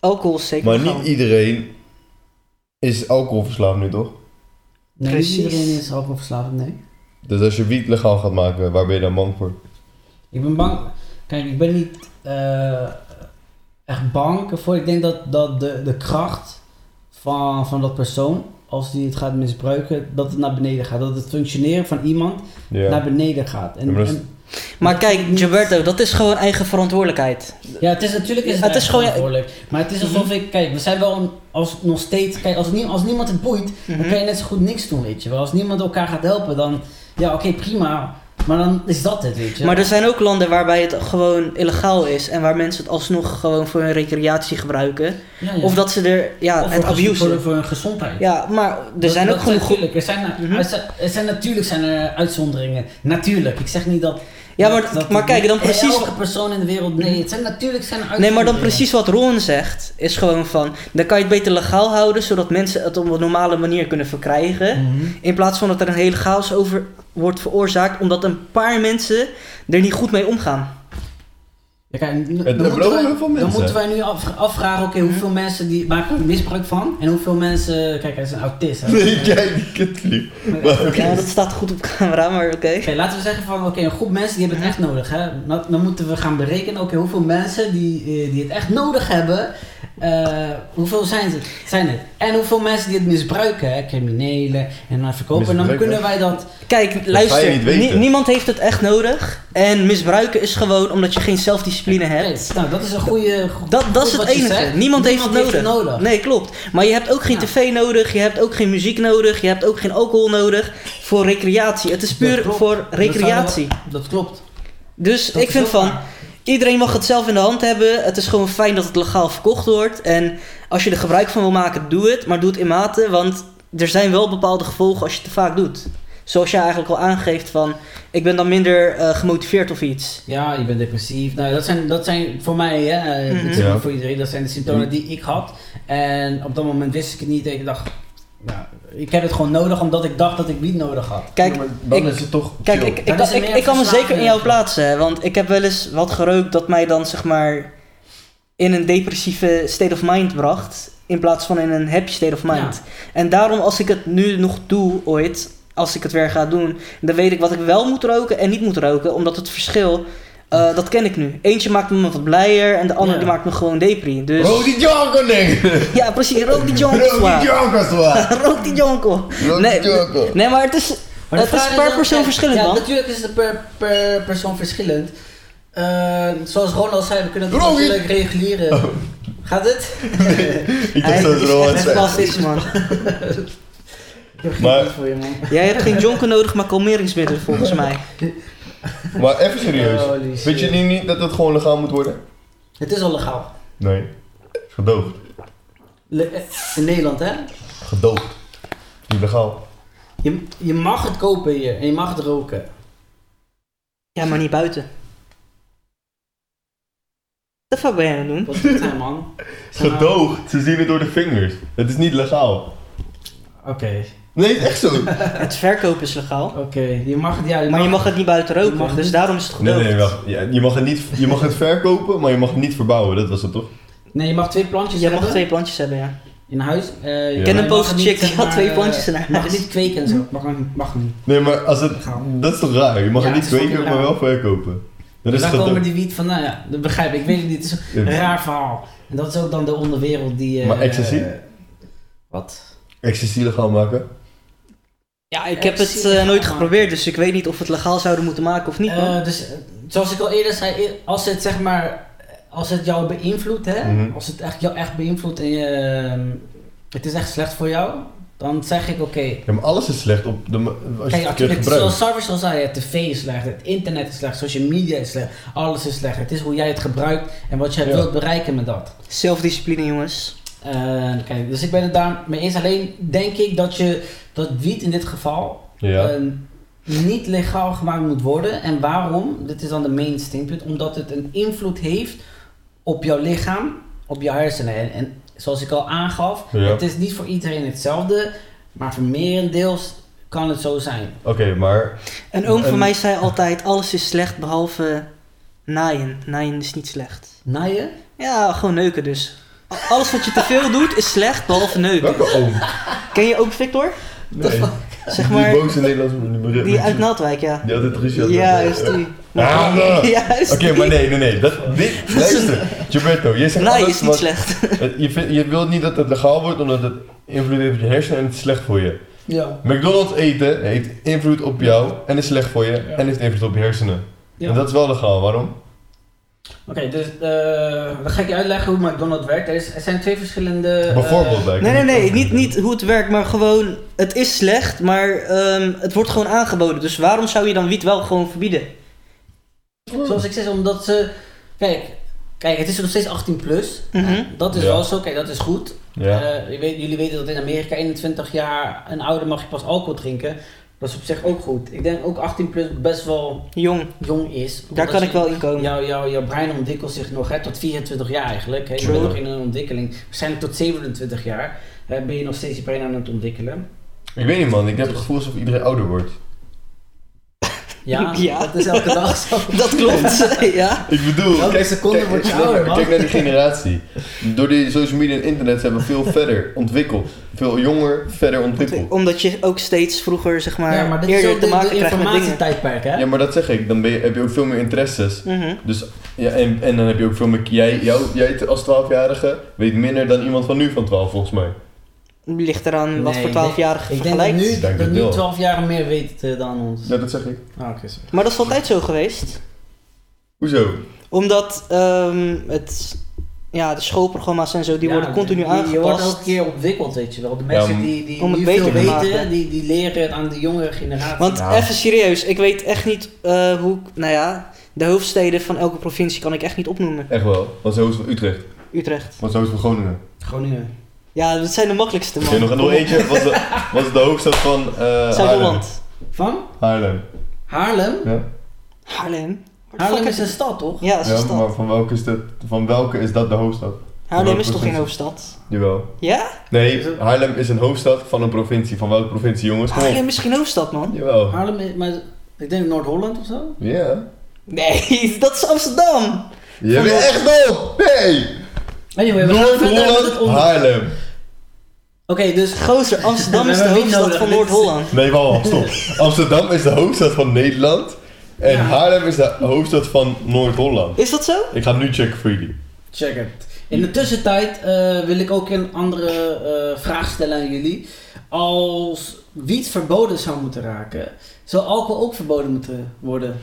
Speaker 3: Alcohol is zeker
Speaker 2: Maar
Speaker 3: legaal.
Speaker 2: niet iedereen is alcoholverslaafd nu toch?
Speaker 1: Nee, niet
Speaker 3: Precies.
Speaker 1: iedereen is alcoholverslaafd, nee.
Speaker 2: Dus als je wiet legaal gaat maken, waar ben je dan bang voor?
Speaker 1: Ik ben bang. Kijk, ik ben niet eh, echt bang ervoor. Ik denk dat, dat de, de kracht van, van dat persoon, als die het gaat misbruiken, dat het naar beneden gaat. Dat het functioneren van iemand naar
Speaker 3: Nou,
Speaker 2: Ja.
Speaker 1: beneden gaat. En,
Speaker 2: Ja,
Speaker 1: ja,
Speaker 2: maar dat is-
Speaker 3: Maar kijk, Gilberto, dat is gewoon eigen verantwoordelijkheid.
Speaker 1: ja, het is natuurlijk is
Speaker 3: Ja, het is gewoon- Mhm.
Speaker 1: verantwoordelijk. Maar het is alsof ik, kijk, we zijn wel een- als, nog steeds, kijk, als, nie- als niemand
Speaker 3: Mhm.
Speaker 1: het boeit, dan kan je net zo goed niks doen, weet je wel. Als niemand elkaar gaat helpen, dan, ja, oké, prima. Maar dan is dat het, weet je.
Speaker 3: Maar er zijn ook landen waarbij het gewoon illegaal is en waar mensen het alsnog gewoon voor hun recreatie gebruiken.
Speaker 1: Ja, ja.
Speaker 3: Of dat ze er, ja,
Speaker 1: Of
Speaker 3: het
Speaker 1: voor
Speaker 3: abuse.
Speaker 1: Voor, voor hun gezondheid.
Speaker 3: Ja, maar er
Speaker 1: Dat-
Speaker 3: zijn
Speaker 1: dat
Speaker 3: ook genoeg.
Speaker 1: Natuurlijk, er zijn,
Speaker 3: Mhm.
Speaker 1: er zijn- er zijn, natuurlijk zijn er uitzonderingen. Natuurlijk. Ik zeg niet dat...
Speaker 3: Ja,
Speaker 1: dat-
Speaker 3: maar-
Speaker 1: dat-
Speaker 3: maar kijk, dan precies-
Speaker 1: Elke persoon in de wereld... Nee, het zijn natuurlijk zijn er
Speaker 3: Nee, maar
Speaker 1: uitzonderingen.
Speaker 3: dan precies wat Ron zegt, is gewoon van, dan kan je het beter legaal houden, zodat mensen het op een normale manier kunnen verkrijgen.
Speaker 1: Mhm.
Speaker 3: In plaats van dat er een hele chaos over wordt veroorzaakt, omdat een paar mensen er niet goed mee omgaan.
Speaker 1: Ja, kijk, nu-
Speaker 2: Het
Speaker 1: dan
Speaker 2: er
Speaker 1: moeten
Speaker 2: brouwen
Speaker 1: wij-
Speaker 2: heel veel
Speaker 1: Dan
Speaker 2: mensen.
Speaker 1: moeten wij nu af- afvragen, oké, hoeveel
Speaker 3: Mhm.
Speaker 1: mensen die maken er misbruik van? En hoeveel mensen... Kijk, hij is een autist. hè.
Speaker 2: Nee, kijk die kutvlieg. Maar oké.
Speaker 3: Ja, dat staat goed op camera, maar oké.
Speaker 1: Oké, laten we zeggen van, oké, een groep mensen die hebben het echt nodig, hè. Dan, dan moeten we gaan berekenen, oké, hoeveel mensen die, eh, die het echt nodig hebben, eh, hoeveel zijn, ze, zijn het? En hoeveel mensen die het misbruiken, hè, criminelen en dan verkopen. En dan
Speaker 2: Misbruiken.
Speaker 1: kunnen wij dat...
Speaker 3: Kijk, luister,
Speaker 2: niet weten.
Speaker 3: nie- niemand heeft het echt nodig. En misbruiken is gewoon omdat je geen zelfdiscipline hebt.
Speaker 1: Hey, nou, dat is een goede...
Speaker 3: Dat, dat is
Speaker 1: goed
Speaker 3: het
Speaker 1: wat je
Speaker 3: enige.
Speaker 1: zegt.
Speaker 3: Niemand, heeft het nodig. Nee, klopt. Maar je hebt ook geen
Speaker 1: Ja.
Speaker 3: tv nodig, je hebt ook geen muziek nodig, je hebt ook geen alcohol nodig voor recreatie. Het is
Speaker 1: Dat
Speaker 3: puur
Speaker 1: klopt.
Speaker 3: voor
Speaker 1: Dat
Speaker 3: recreatie.
Speaker 1: zou wel- Dat klopt.
Speaker 3: Dus
Speaker 1: Dat
Speaker 3: ik
Speaker 1: is
Speaker 3: vind
Speaker 1: ook
Speaker 3: van,
Speaker 1: waar.
Speaker 3: iedereen mag het zelf in de hand hebben. Het is gewoon fijn dat het legaal verkocht wordt. En als je er gebruik van wil maken, doe het. Maar doe het in mate, want er zijn wel bepaalde gevolgen als je het te vaak doet. Zoals jij eigenlijk al aangeeft van, ik ben dan minder eh, gemotiveerd of iets.
Speaker 1: Ja, je bent depressief. Nou, dat zijn, dat zijn voor mij, hè, eh,
Speaker 3: Mhm.
Speaker 1: ik zeg
Speaker 2: Ja. Mhm.
Speaker 1: niet voor iedereen, dat zijn de symptomen die ik had. En op dat moment wist ik het niet. En ik dacht, nou, ik heb het gewoon nodig omdat ik dacht dat ik wiet nodig had.
Speaker 3: Kijk,
Speaker 2: Ja, maar dan
Speaker 3: ik-
Speaker 2: is het toch
Speaker 3: Kijk,
Speaker 2: chill.
Speaker 3: ik, ik,
Speaker 1: Dan
Speaker 3: kan-
Speaker 1: is er
Speaker 3: ik,
Speaker 1: meer
Speaker 3: ik kan me
Speaker 1: verslaving
Speaker 3: zeker in jou plaatsen, hè, want ik heb wel eens wat gerookt dat mij dan zeg maar in een depressieve state of mind bracht, in plaats van in een happy state of mind. En daarom, als ik het nu nog doe ooit, als ik het weer ga doen, dan weet ik wat ik wel moet roken en niet moet roken, omdat het verschil, eh, dat ken ik nu. Eentje maakt me wat blijer en de andere
Speaker 1: Ja.
Speaker 3: die maakt me gewoon depri. Dus
Speaker 2: Rody Jonko, nee!
Speaker 3: ja, precies, rook die jonkel.
Speaker 2: Rody
Speaker 3: zwaar.
Speaker 2: Jonko, zwaar!
Speaker 3: Rook die jonkel.
Speaker 2: Rody
Speaker 3: Nee,
Speaker 2: Jonko.
Speaker 3: Nee, maar het is,
Speaker 1: de
Speaker 3: het is
Speaker 1: vraag
Speaker 3: per
Speaker 1: dan-
Speaker 3: persoon
Speaker 1: kijk,
Speaker 3: verschillend,
Speaker 1: Ja,
Speaker 3: man.
Speaker 1: natuurlijk is het per, per persoon verschillend. Eh, zoals Ron al zei, we kunnen het
Speaker 2: Ron, je-
Speaker 1: natuurlijk reguleren.
Speaker 2: Oh.
Speaker 1: Gaat het?
Speaker 2: Ik dacht
Speaker 3: Hij
Speaker 2: dat
Speaker 3: is
Speaker 2: het Rowan
Speaker 3: echt
Speaker 2: zei.
Speaker 3: fantastisch, man.
Speaker 1: Ik heb geen
Speaker 2: Maar-
Speaker 1: idee voor je, man.
Speaker 3: Jij hebt geen jonken nodig, maar kalmeringsmiddelen volgens mij.
Speaker 2: Maar even serieus.
Speaker 1: Holy shit.
Speaker 2: Weet je niet, niet dat het gewoon legaal moet worden?
Speaker 1: Het is al legaal.
Speaker 2: Nee. Is Gedoogd.
Speaker 1: Le- eh, in Nederland, hè?
Speaker 2: Gedoogd. Niet legaal.
Speaker 1: Je, je mag het kopen hier en je mag het roken.
Speaker 3: Ja, maar niet buiten. Wat de fuck ben jij aan het doen?
Speaker 1: Wat is zijn man? Zijn nou-
Speaker 2: Gedoogd. Ze zien het door de vingers. Het is niet legaal.
Speaker 1: Oké,
Speaker 2: Nee, het is echt zo.
Speaker 3: Het verkopen is legaal,
Speaker 1: oké. Je mag het, ja.
Speaker 3: maar je mag het niet buiten
Speaker 1: Je
Speaker 3: roken,
Speaker 1: mag
Speaker 3: dus
Speaker 1: niet-
Speaker 3: daarom is het
Speaker 2: Nee,
Speaker 3: gedoogd.
Speaker 2: nee, wacht. Ja, je, mag het niet, je mag het verkopen, maar je mag het niet verbouwen. Dat was het toch?
Speaker 1: Nee, je mag twee plantjes
Speaker 3: Jij
Speaker 1: hebben
Speaker 3: mag twee plantjes hebben, ja.
Speaker 1: in huis. Eh,
Speaker 2: Ik
Speaker 1: je
Speaker 2: ken
Speaker 1: mag
Speaker 3: een boze
Speaker 1: het niet,
Speaker 3: chick die
Speaker 1: zeg
Speaker 3: had
Speaker 1: maar,
Speaker 3: twee
Speaker 1: eh,
Speaker 3: plantjes in
Speaker 1: Je mag
Speaker 3: huis.
Speaker 1: het niet kweken en zo. Mag, niet- mag niet.
Speaker 2: Nee, maar als het... Dat is toch raar? Je mag
Speaker 1: Ja,
Speaker 2: het niet
Speaker 1: het is fucking
Speaker 2: kweken, maar wel verkopen. Dat is
Speaker 1: Daar komen
Speaker 2: gedoogd.
Speaker 1: die wiet van, nou ja, dat begrijp ik. Ik weet het niet, het is een
Speaker 2: Ja.
Speaker 1: raar verhaal. En dat is ook dan de onderwereld die... eh,
Speaker 2: Maar ecstasy?
Speaker 1: Wat?
Speaker 2: Ecstasy legaal maken.
Speaker 3: Ja, ik
Speaker 1: Ja,
Speaker 3: heb
Speaker 1: precies,
Speaker 3: het eh,
Speaker 1: ja,
Speaker 3: nooit
Speaker 1: maar-
Speaker 3: geprobeerd, dus ik weet niet of we het legaal zouden moeten maken of niet. man.
Speaker 1: Eh, dus eh, zoals ik al eerder zei, eh, als het zeg maar, als het jou beïnvloedt, hè,
Speaker 2: Mhm.
Speaker 1: als het echt jou echt beïnvloedt en je, ehm, het is echt slecht voor jou, dan zeg ik oké,
Speaker 2: Ja, maar alles is slecht op de, ma- als je
Speaker 1: Kijk,
Speaker 2: het verkeerd
Speaker 1: natuurlijk,
Speaker 2: gebruikt.
Speaker 1: zoals Sarvis al zei, het tv is slecht, het internet is slecht, social media is slecht, alles is slecht. Het is hoe jij het gebruikt en wat jij
Speaker 2: Ja.
Speaker 1: wilt bereiken met dat.
Speaker 3: Zelfdiscipline, jongens.
Speaker 1: Eh, kijk, dus ik ben het daarmee eens. Alleen denk ik dat je dat wiet in dit geval
Speaker 2: Ja.
Speaker 1: eh, niet legaal gemaakt moet worden. En waarom? Dit is dan de main standpunt. Omdat het een invloed heeft op jouw lichaam, op je hersenen. En, en zoals ik al aangaf,
Speaker 2: Ja.
Speaker 1: eh, het is niet voor iedereen hetzelfde, maar voor merendeels kan het zo zijn.
Speaker 2: Oké, maar
Speaker 3: Een oom van
Speaker 2: En-
Speaker 3: mij zei altijd, alles is slecht behalve naaien. Naaien is niet slecht.
Speaker 1: Naaien?
Speaker 3: Ja, gewoon neuken dus. A- Alles wat je te veel doet is slecht, behalve neuken.
Speaker 2: welke oom?
Speaker 3: Ken je ook Victor?
Speaker 2: Nee.
Speaker 3: Zeg maar,
Speaker 2: Die boze Nederlandse nummer.
Speaker 3: die uit Naaldwijk, ja.
Speaker 2: Die altijd ruzie had.
Speaker 3: Ja, is die.
Speaker 2: Ah, nee.
Speaker 3: Juist
Speaker 2: Oké,
Speaker 3: die.
Speaker 2: maar nee, nee, nee. Dat, dit, luister, Gilberto, je zegt
Speaker 3: Nee,
Speaker 2: alles
Speaker 3: is niet
Speaker 2: wat-
Speaker 3: slecht.
Speaker 2: het- je, vindt- je wilt niet dat het legaal wordt, omdat het invloed heeft op je hersenen en het is slecht voor je.
Speaker 1: Ja.
Speaker 2: McDonald's eten heeft invloed op jou en is slecht voor je
Speaker 1: Ja.
Speaker 2: en heeft invloed op je hersenen.
Speaker 1: Ja.
Speaker 2: En dat is wel legaal, waarom?
Speaker 1: dus eh, dan ga ik je uitleggen hoe McDonald's werkt. Er, is, er zijn twee verschillende... eh,
Speaker 2: Bijvoorbeeld bij.
Speaker 3: Nee, nee, nee. Niet, niet hoe het werkt, maar gewoon... Het is slecht, maar ehm, het wordt gewoon aangeboden. Dus waarom zou je dan wiet wel gewoon verbieden?
Speaker 1: Zoals ik zeg, omdat ze... Kijk, kijk het is nog steeds 18 plus.
Speaker 3: Mhm.
Speaker 1: Dat is
Speaker 2: Ja.
Speaker 1: wel zo, kijk, dat is goed.
Speaker 2: Ja.
Speaker 1: Eh, je weet- jullie weten dat in Amerika 21 jaar en ouder mag je pas alcohol drinken. Dat is op zich ook goed. Ik denk ook 18 plus best wel
Speaker 3: Jong,
Speaker 1: jong is.
Speaker 3: daar
Speaker 1: Omdat
Speaker 3: kan ik
Speaker 1: je-
Speaker 3: wel in komen.
Speaker 1: Jouw, jouw, jouw brein ontwikkelt zich nog hè, tot 24 jaar eigenlijk. Hè. Je
Speaker 3: True.
Speaker 1: bent nog in een ontwikkeling. Waarschijnlijk tot 27 jaar hè, ben je nog steeds je brein aan het ontwikkelen.
Speaker 2: Ik weet niet man, ik heb het gevoel alsof iedereen ouder wordt.
Speaker 1: Ja,
Speaker 3: Ja.
Speaker 1: dat is elke dag zo.
Speaker 3: Dat klopt, ja.
Speaker 2: Ik bedoel,
Speaker 1: Elke seconde word je
Speaker 2: kijk-
Speaker 1: ouder, man.
Speaker 2: Kijk naar die generatie. Door die social media en internet zijn we veel verder ontwikkeld. Veel jonger, verder ontwikkeld.
Speaker 3: Omdat je ook steeds vroeger, zeg maar,
Speaker 1: Ja, maar dit is
Speaker 3: eerder
Speaker 1: ook
Speaker 3: te
Speaker 1: de,
Speaker 3: maken
Speaker 1: de
Speaker 3: krijgt met dingen.
Speaker 1: informatietijdperk hè.
Speaker 2: Ja, maar dat zeg ik. Dan ben je, heb je ook veel meer interesses.
Speaker 3: Mhm.
Speaker 2: Dus, ja, en, en dan heb je ook veel meer... Jij, jou, jij als 12-jarige weet minder dan iemand van nu van 12, volgens mij.
Speaker 3: Mhm. Ligt eraan wat
Speaker 1: Nee,
Speaker 3: voor
Speaker 1: ik
Speaker 3: 12-jarige
Speaker 1: Ik denk dat
Speaker 3: vergelijkt.
Speaker 1: nu,
Speaker 2: Denk
Speaker 1: dat
Speaker 2: het
Speaker 1: nu
Speaker 2: wel.
Speaker 1: 12 jaar meer weet eh, dan ons.
Speaker 2: Ja, dat zeg ik.
Speaker 1: Ah, oké, sorry.
Speaker 3: Maar dat is altijd zo geweest.
Speaker 2: Hoezo?
Speaker 3: Omdat ehm, het, ja, de schoolprogramma's en zo, die
Speaker 1: Ja,
Speaker 3: worden continu
Speaker 1: je-
Speaker 3: aangepast.
Speaker 1: Je wordt elke keer ontwikkeld, weet je wel. De mensen
Speaker 2: maar-
Speaker 1: die, die
Speaker 3: Om het
Speaker 1: nu
Speaker 3: beter
Speaker 1: veel
Speaker 3: te
Speaker 1: weten,
Speaker 3: maken.
Speaker 1: die, die leren het aan de jongere generatie.
Speaker 3: Want
Speaker 2: Ja.
Speaker 3: even serieus, ik weet echt niet eh, hoe... ik- Nou ja, de hoofdsteden van elke provincie kan ik echt niet opnoemen.
Speaker 2: Echt wel. Want zo is het van Utrecht.
Speaker 3: Utrecht.
Speaker 2: Want zo is het van Groningen.
Speaker 1: Groningen.
Speaker 3: Ja, dat zijn de makkelijkste,
Speaker 2: Ken je
Speaker 3: man.
Speaker 2: nog, nog eentje? Was de, was de hoofdstad van eh Haarlem.
Speaker 3: Zuid-Holland.
Speaker 1: Van?
Speaker 2: Haarlem.
Speaker 1: Haarlem?
Speaker 2: Ja,
Speaker 3: Haarlem. Waar de
Speaker 1: Haarlem
Speaker 3: fuck
Speaker 1: is een stad, toch?
Speaker 3: Ja, dat is een
Speaker 2: ja
Speaker 3: stad.
Speaker 2: maar van welke, is dat, van welke is dat de hoofdstad?
Speaker 3: Haarlem is toch
Speaker 2: Welke
Speaker 3: geen hoofdstad?
Speaker 2: Jawel.
Speaker 3: Ja?
Speaker 2: Nee, Haarlem is een hoofdstad van een provincie. Van welke provincie, jongens? Kom op.
Speaker 3: Haarlem is geen hoofdstad, man.
Speaker 2: Jawel.
Speaker 1: Haarlem, is- maar ik denk Noord-Holland of zo?
Speaker 2: Ja.
Speaker 3: Nee, dat is Amsterdam.
Speaker 2: Je bent echt dom! Nee!
Speaker 1: Anyway, we gaan verder met het
Speaker 2: Noord-Holland,
Speaker 1: onderwerp.
Speaker 2: Haarlem.
Speaker 1: Oké, dus...
Speaker 3: Gozer, Amsterdam
Speaker 1: We
Speaker 3: is de
Speaker 1: hebben wiet
Speaker 3: hoofdstad
Speaker 1: nodig.
Speaker 3: van
Speaker 1: Dit is-
Speaker 3: Noord-Holland.
Speaker 2: Nee, wacht, stop. Amsterdam is de hoofdstad van Nederland. En
Speaker 1: Ja.
Speaker 2: Haarlem is de hoofdstad van Noord-Holland.
Speaker 3: Is dat zo?
Speaker 2: Ik ga nu checken voor jullie.
Speaker 1: Check het. In de tussentijd eh, wil ik ook een andere eh, vraag stellen aan jullie. Als wiet verboden zou moeten raken, zou alcohol ook verboden moeten worden?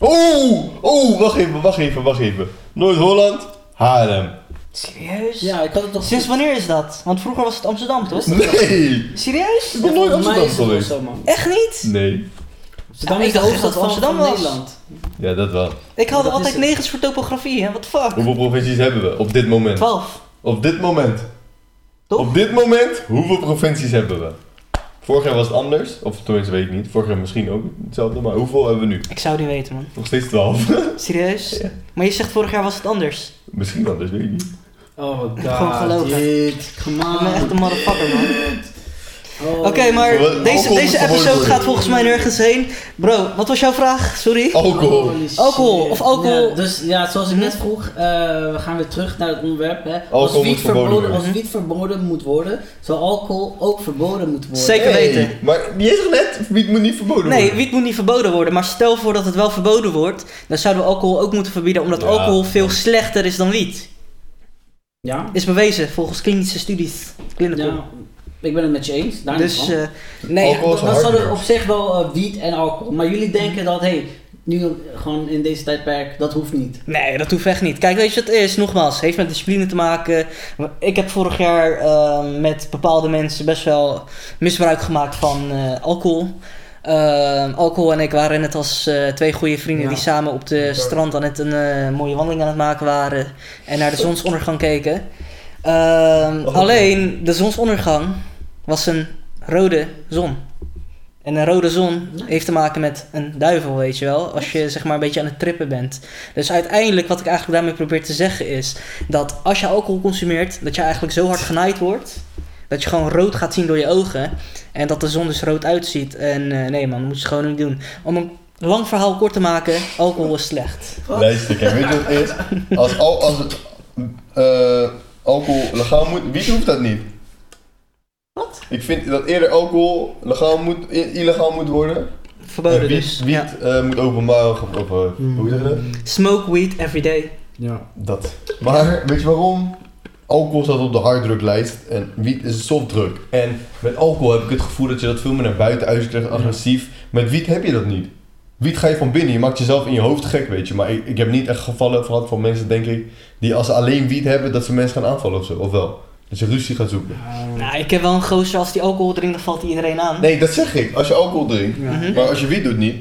Speaker 2: Oeh! Oeh, wacht even, wacht even, wacht even. Noord-Holland, Haarlem.
Speaker 3: Serieus?
Speaker 1: Ja, ik had het toch...
Speaker 3: Sinds wanneer is dat? Want vroeger was het Amsterdam, toch?
Speaker 2: Nee!
Speaker 3: Serieus?
Speaker 2: Ik ben nooit
Speaker 1: Volgens mij
Speaker 2: Amsterdam
Speaker 1: is het ook
Speaker 2: geweest.
Speaker 1: zo, man.
Speaker 3: Echt niet?
Speaker 2: Nee.
Speaker 1: Amsterdam
Speaker 3: Ja,
Speaker 1: is
Speaker 3: ik
Speaker 1: de
Speaker 3: dacht
Speaker 1: hoofdstad van
Speaker 3: dat Amsterdam
Speaker 1: Amsterdam
Speaker 3: was.
Speaker 1: Nederland.
Speaker 2: Ja, dat wel.
Speaker 3: Ik had
Speaker 1: Dat is
Speaker 3: altijd
Speaker 1: het. Oh
Speaker 3: negens voor topografie, hè? What the fuck?
Speaker 2: Hoeveel provincies hebben we op dit moment?
Speaker 3: 12.
Speaker 2: Op dit moment.
Speaker 3: Toch?
Speaker 2: Op dit moment, hoeveel provincies hebben we? Vorig jaar was het anders, of tenminste weet ik niet. Vorig jaar misschien ook hetzelfde, maar hoeveel hebben we nu?
Speaker 3: Ik zou het niet weten, man.
Speaker 2: Nog steeds 12.
Speaker 3: Serieus? Maar je zegt vorig jaar was het anders.
Speaker 2: misschien anders, weet ik niet.
Speaker 1: Oh god,
Speaker 3: Gewoon gelogen.
Speaker 1: dit. Come
Speaker 3: Ik ben echt
Speaker 1: on.
Speaker 3: een motherfucker, man.
Speaker 1: Oh.
Speaker 3: Oké, maar
Speaker 2: Alcohol
Speaker 3: deze,
Speaker 2: moet
Speaker 3: deze
Speaker 2: verboden
Speaker 3: episode
Speaker 2: worden.
Speaker 3: gaat volgens mij nergens heen. Bro, wat was jouw vraag? Sorry.
Speaker 2: Alcohol.
Speaker 1: Holy shit.
Speaker 3: Alcohol, of alcohol.
Speaker 1: Ja, dus ja, zoals ik net vroeg, eh, we gaan weer terug naar het onderwerp. Hè. Als,
Speaker 2: Alcohol
Speaker 1: wiet
Speaker 2: moet verboden
Speaker 1: verboden, als
Speaker 2: worden.
Speaker 1: wiet verboden moet worden, zou alcohol ook verboden moeten worden.
Speaker 3: Zeker.
Speaker 2: Hey,
Speaker 3: weten.
Speaker 2: Maar die is net, wiet moet niet verboden
Speaker 3: Nee,
Speaker 2: worden.
Speaker 3: wiet moet niet verboden worden. Maar stel voor dat het wel verboden wordt, dan zouden we alcohol ook moeten verbieden, omdat
Speaker 2: Ja.
Speaker 3: alcohol veel slechter is dan wiet.
Speaker 1: Ja?
Speaker 3: Is bewezen volgens klinische studies. Clinical.
Speaker 1: ja, ik ben het met je eens. Daar niet
Speaker 3: dus
Speaker 1: van.
Speaker 3: eh, nee,
Speaker 2: Alcohol is een
Speaker 1: Dan zouden we
Speaker 2: hardware.
Speaker 1: op zich wel eh, wiet en alcohol. Maar jullie
Speaker 3: Mhm.
Speaker 1: denken dat, hé, hey, nu eh, gewoon in deze tijdperk, dat hoeft niet.
Speaker 3: Nee, dat hoeft echt niet. Kijk, weet je wat het is? Nogmaals, heeft met discipline te maken. Ik heb vorig jaar ehm, met bepaalde mensen best wel misbruik gemaakt van eh, alcohol. Ehm, alcohol en ik waren net als eh, twee goede vrienden
Speaker 1: Ja.
Speaker 3: die samen op de strand aan het een eh, mooie wandeling aan het maken waren. En naar de zonsondergang keken. Ehm,
Speaker 2: Oh.
Speaker 3: Alleen, de zonsondergang was een rode zon. En een rode zon heeft te maken met een duivel, weet je wel. Als je zeg maar een beetje aan het trippen bent. Dus uiteindelijk, wat ik eigenlijk daarmee probeer te zeggen is... dat als je alcohol consumeert, dat je eigenlijk zo hard genaaid wordt... dat je gewoon rood gaat zien door je ogen. En dat de zon dus rood uitziet. En eh, nee man, dat moet je gewoon niet doen. Om een lang verhaal kort te maken, alcohol is slecht.
Speaker 2: Luister, kijk, weet je wat het is? Als, al, als het, eh, alcohol legaal moet, wiet hoeft dat niet.
Speaker 3: Wat?
Speaker 2: Ik vind dat eerder alcohol legaal moet, i- illegaal moet worden.
Speaker 3: Verboden
Speaker 2: en wiet,
Speaker 3: dus.
Speaker 2: wiet
Speaker 3: Ja.
Speaker 2: eh, moet openbaar, of, of eh, hoe zeg je dat?
Speaker 3: Smoke weed every day.
Speaker 1: Ja.
Speaker 2: Dat. Maar weet je waarom? Alcohol staat op de harddruklijst en wiet is een softdruk. En met alcohol heb ik het gevoel dat je dat veel meer naar buiten uit krijgt, agressief. Met wiet heb je dat niet. Wiet ga je van binnen, je maakt jezelf in je hoofd gek, weet je. Maar ik, ik heb niet echt gevallen gehad van mensen, denk ik, die als ze alleen wiet hebben, dat ze mensen gaan aanvallen of zo. Of wel? Dat je ruzie gaat zoeken.
Speaker 3: Nou, ik heb wel een gozer als die alcohol drinkt, dan valt hij iedereen aan.
Speaker 2: Nee, dat zeg ik. Als je alcohol drinkt.
Speaker 1: Ja.
Speaker 3: Mhm.
Speaker 2: Maar als je wiet doet niet.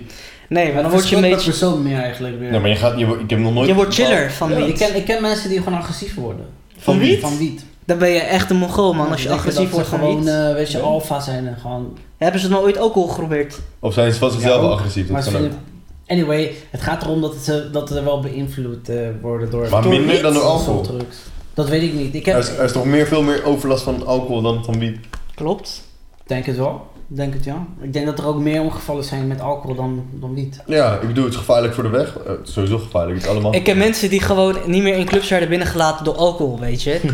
Speaker 3: Nee, maar dan
Speaker 1: Het
Speaker 3: word je
Speaker 1: verschilt
Speaker 3: een
Speaker 1: per
Speaker 3: beetje...
Speaker 1: persoon meer eigenlijk weer.
Speaker 2: Nee, maar je gaat, je, wo- ik heb nog nooit...
Speaker 3: Je wordt chiller van
Speaker 2: Ja.
Speaker 1: ik,
Speaker 3: wiet.
Speaker 1: ken, ik ken mensen die gewoon agressief worden.
Speaker 2: Van
Speaker 3: wiet?
Speaker 1: Van wiet.
Speaker 3: Dan ben je echt een mongool, man, als
Speaker 1: Die
Speaker 3: je
Speaker 1: denken
Speaker 3: agressief
Speaker 1: dat
Speaker 3: wordt
Speaker 1: ze
Speaker 3: van
Speaker 1: gewoon,
Speaker 3: wiet.
Speaker 1: eh, weet je,
Speaker 2: Ja.
Speaker 1: alfa zijn en gewoon...
Speaker 3: Hebben ze nou ooit alcohol geprobeerd?
Speaker 2: Of zijn ze van zichzelf
Speaker 1: Ja, ook.
Speaker 2: agressief?
Speaker 1: Maar
Speaker 2: Dat
Speaker 1: ze
Speaker 2: kan ook.
Speaker 1: vinden- anyway, het gaat erom dat, het, ze- dat er wel beïnvloed eh, worden door...
Speaker 2: Maar
Speaker 1: door
Speaker 2: minder
Speaker 1: wiet
Speaker 2: dan door
Speaker 1: en
Speaker 2: alcohol.
Speaker 1: softdrugs. Dat weet ik niet. Ik heb,
Speaker 2: Er is, er is toch meer, veel meer overlast van alcohol dan van wiet?
Speaker 3: Klopt.
Speaker 1: denk het wel. Denk het ja. Ik denk dat er ook meer ongevallen zijn met alcohol dan, dan wiet.
Speaker 2: Ja, ik bedoel, het is gevaarlijk voor de weg. Eh, het is sowieso gevaarlijk, het is allemaal.
Speaker 3: Ik ken mensen die gewoon niet meer in clubs werden binnengelaten door alcohol, weet je.
Speaker 1: Hm.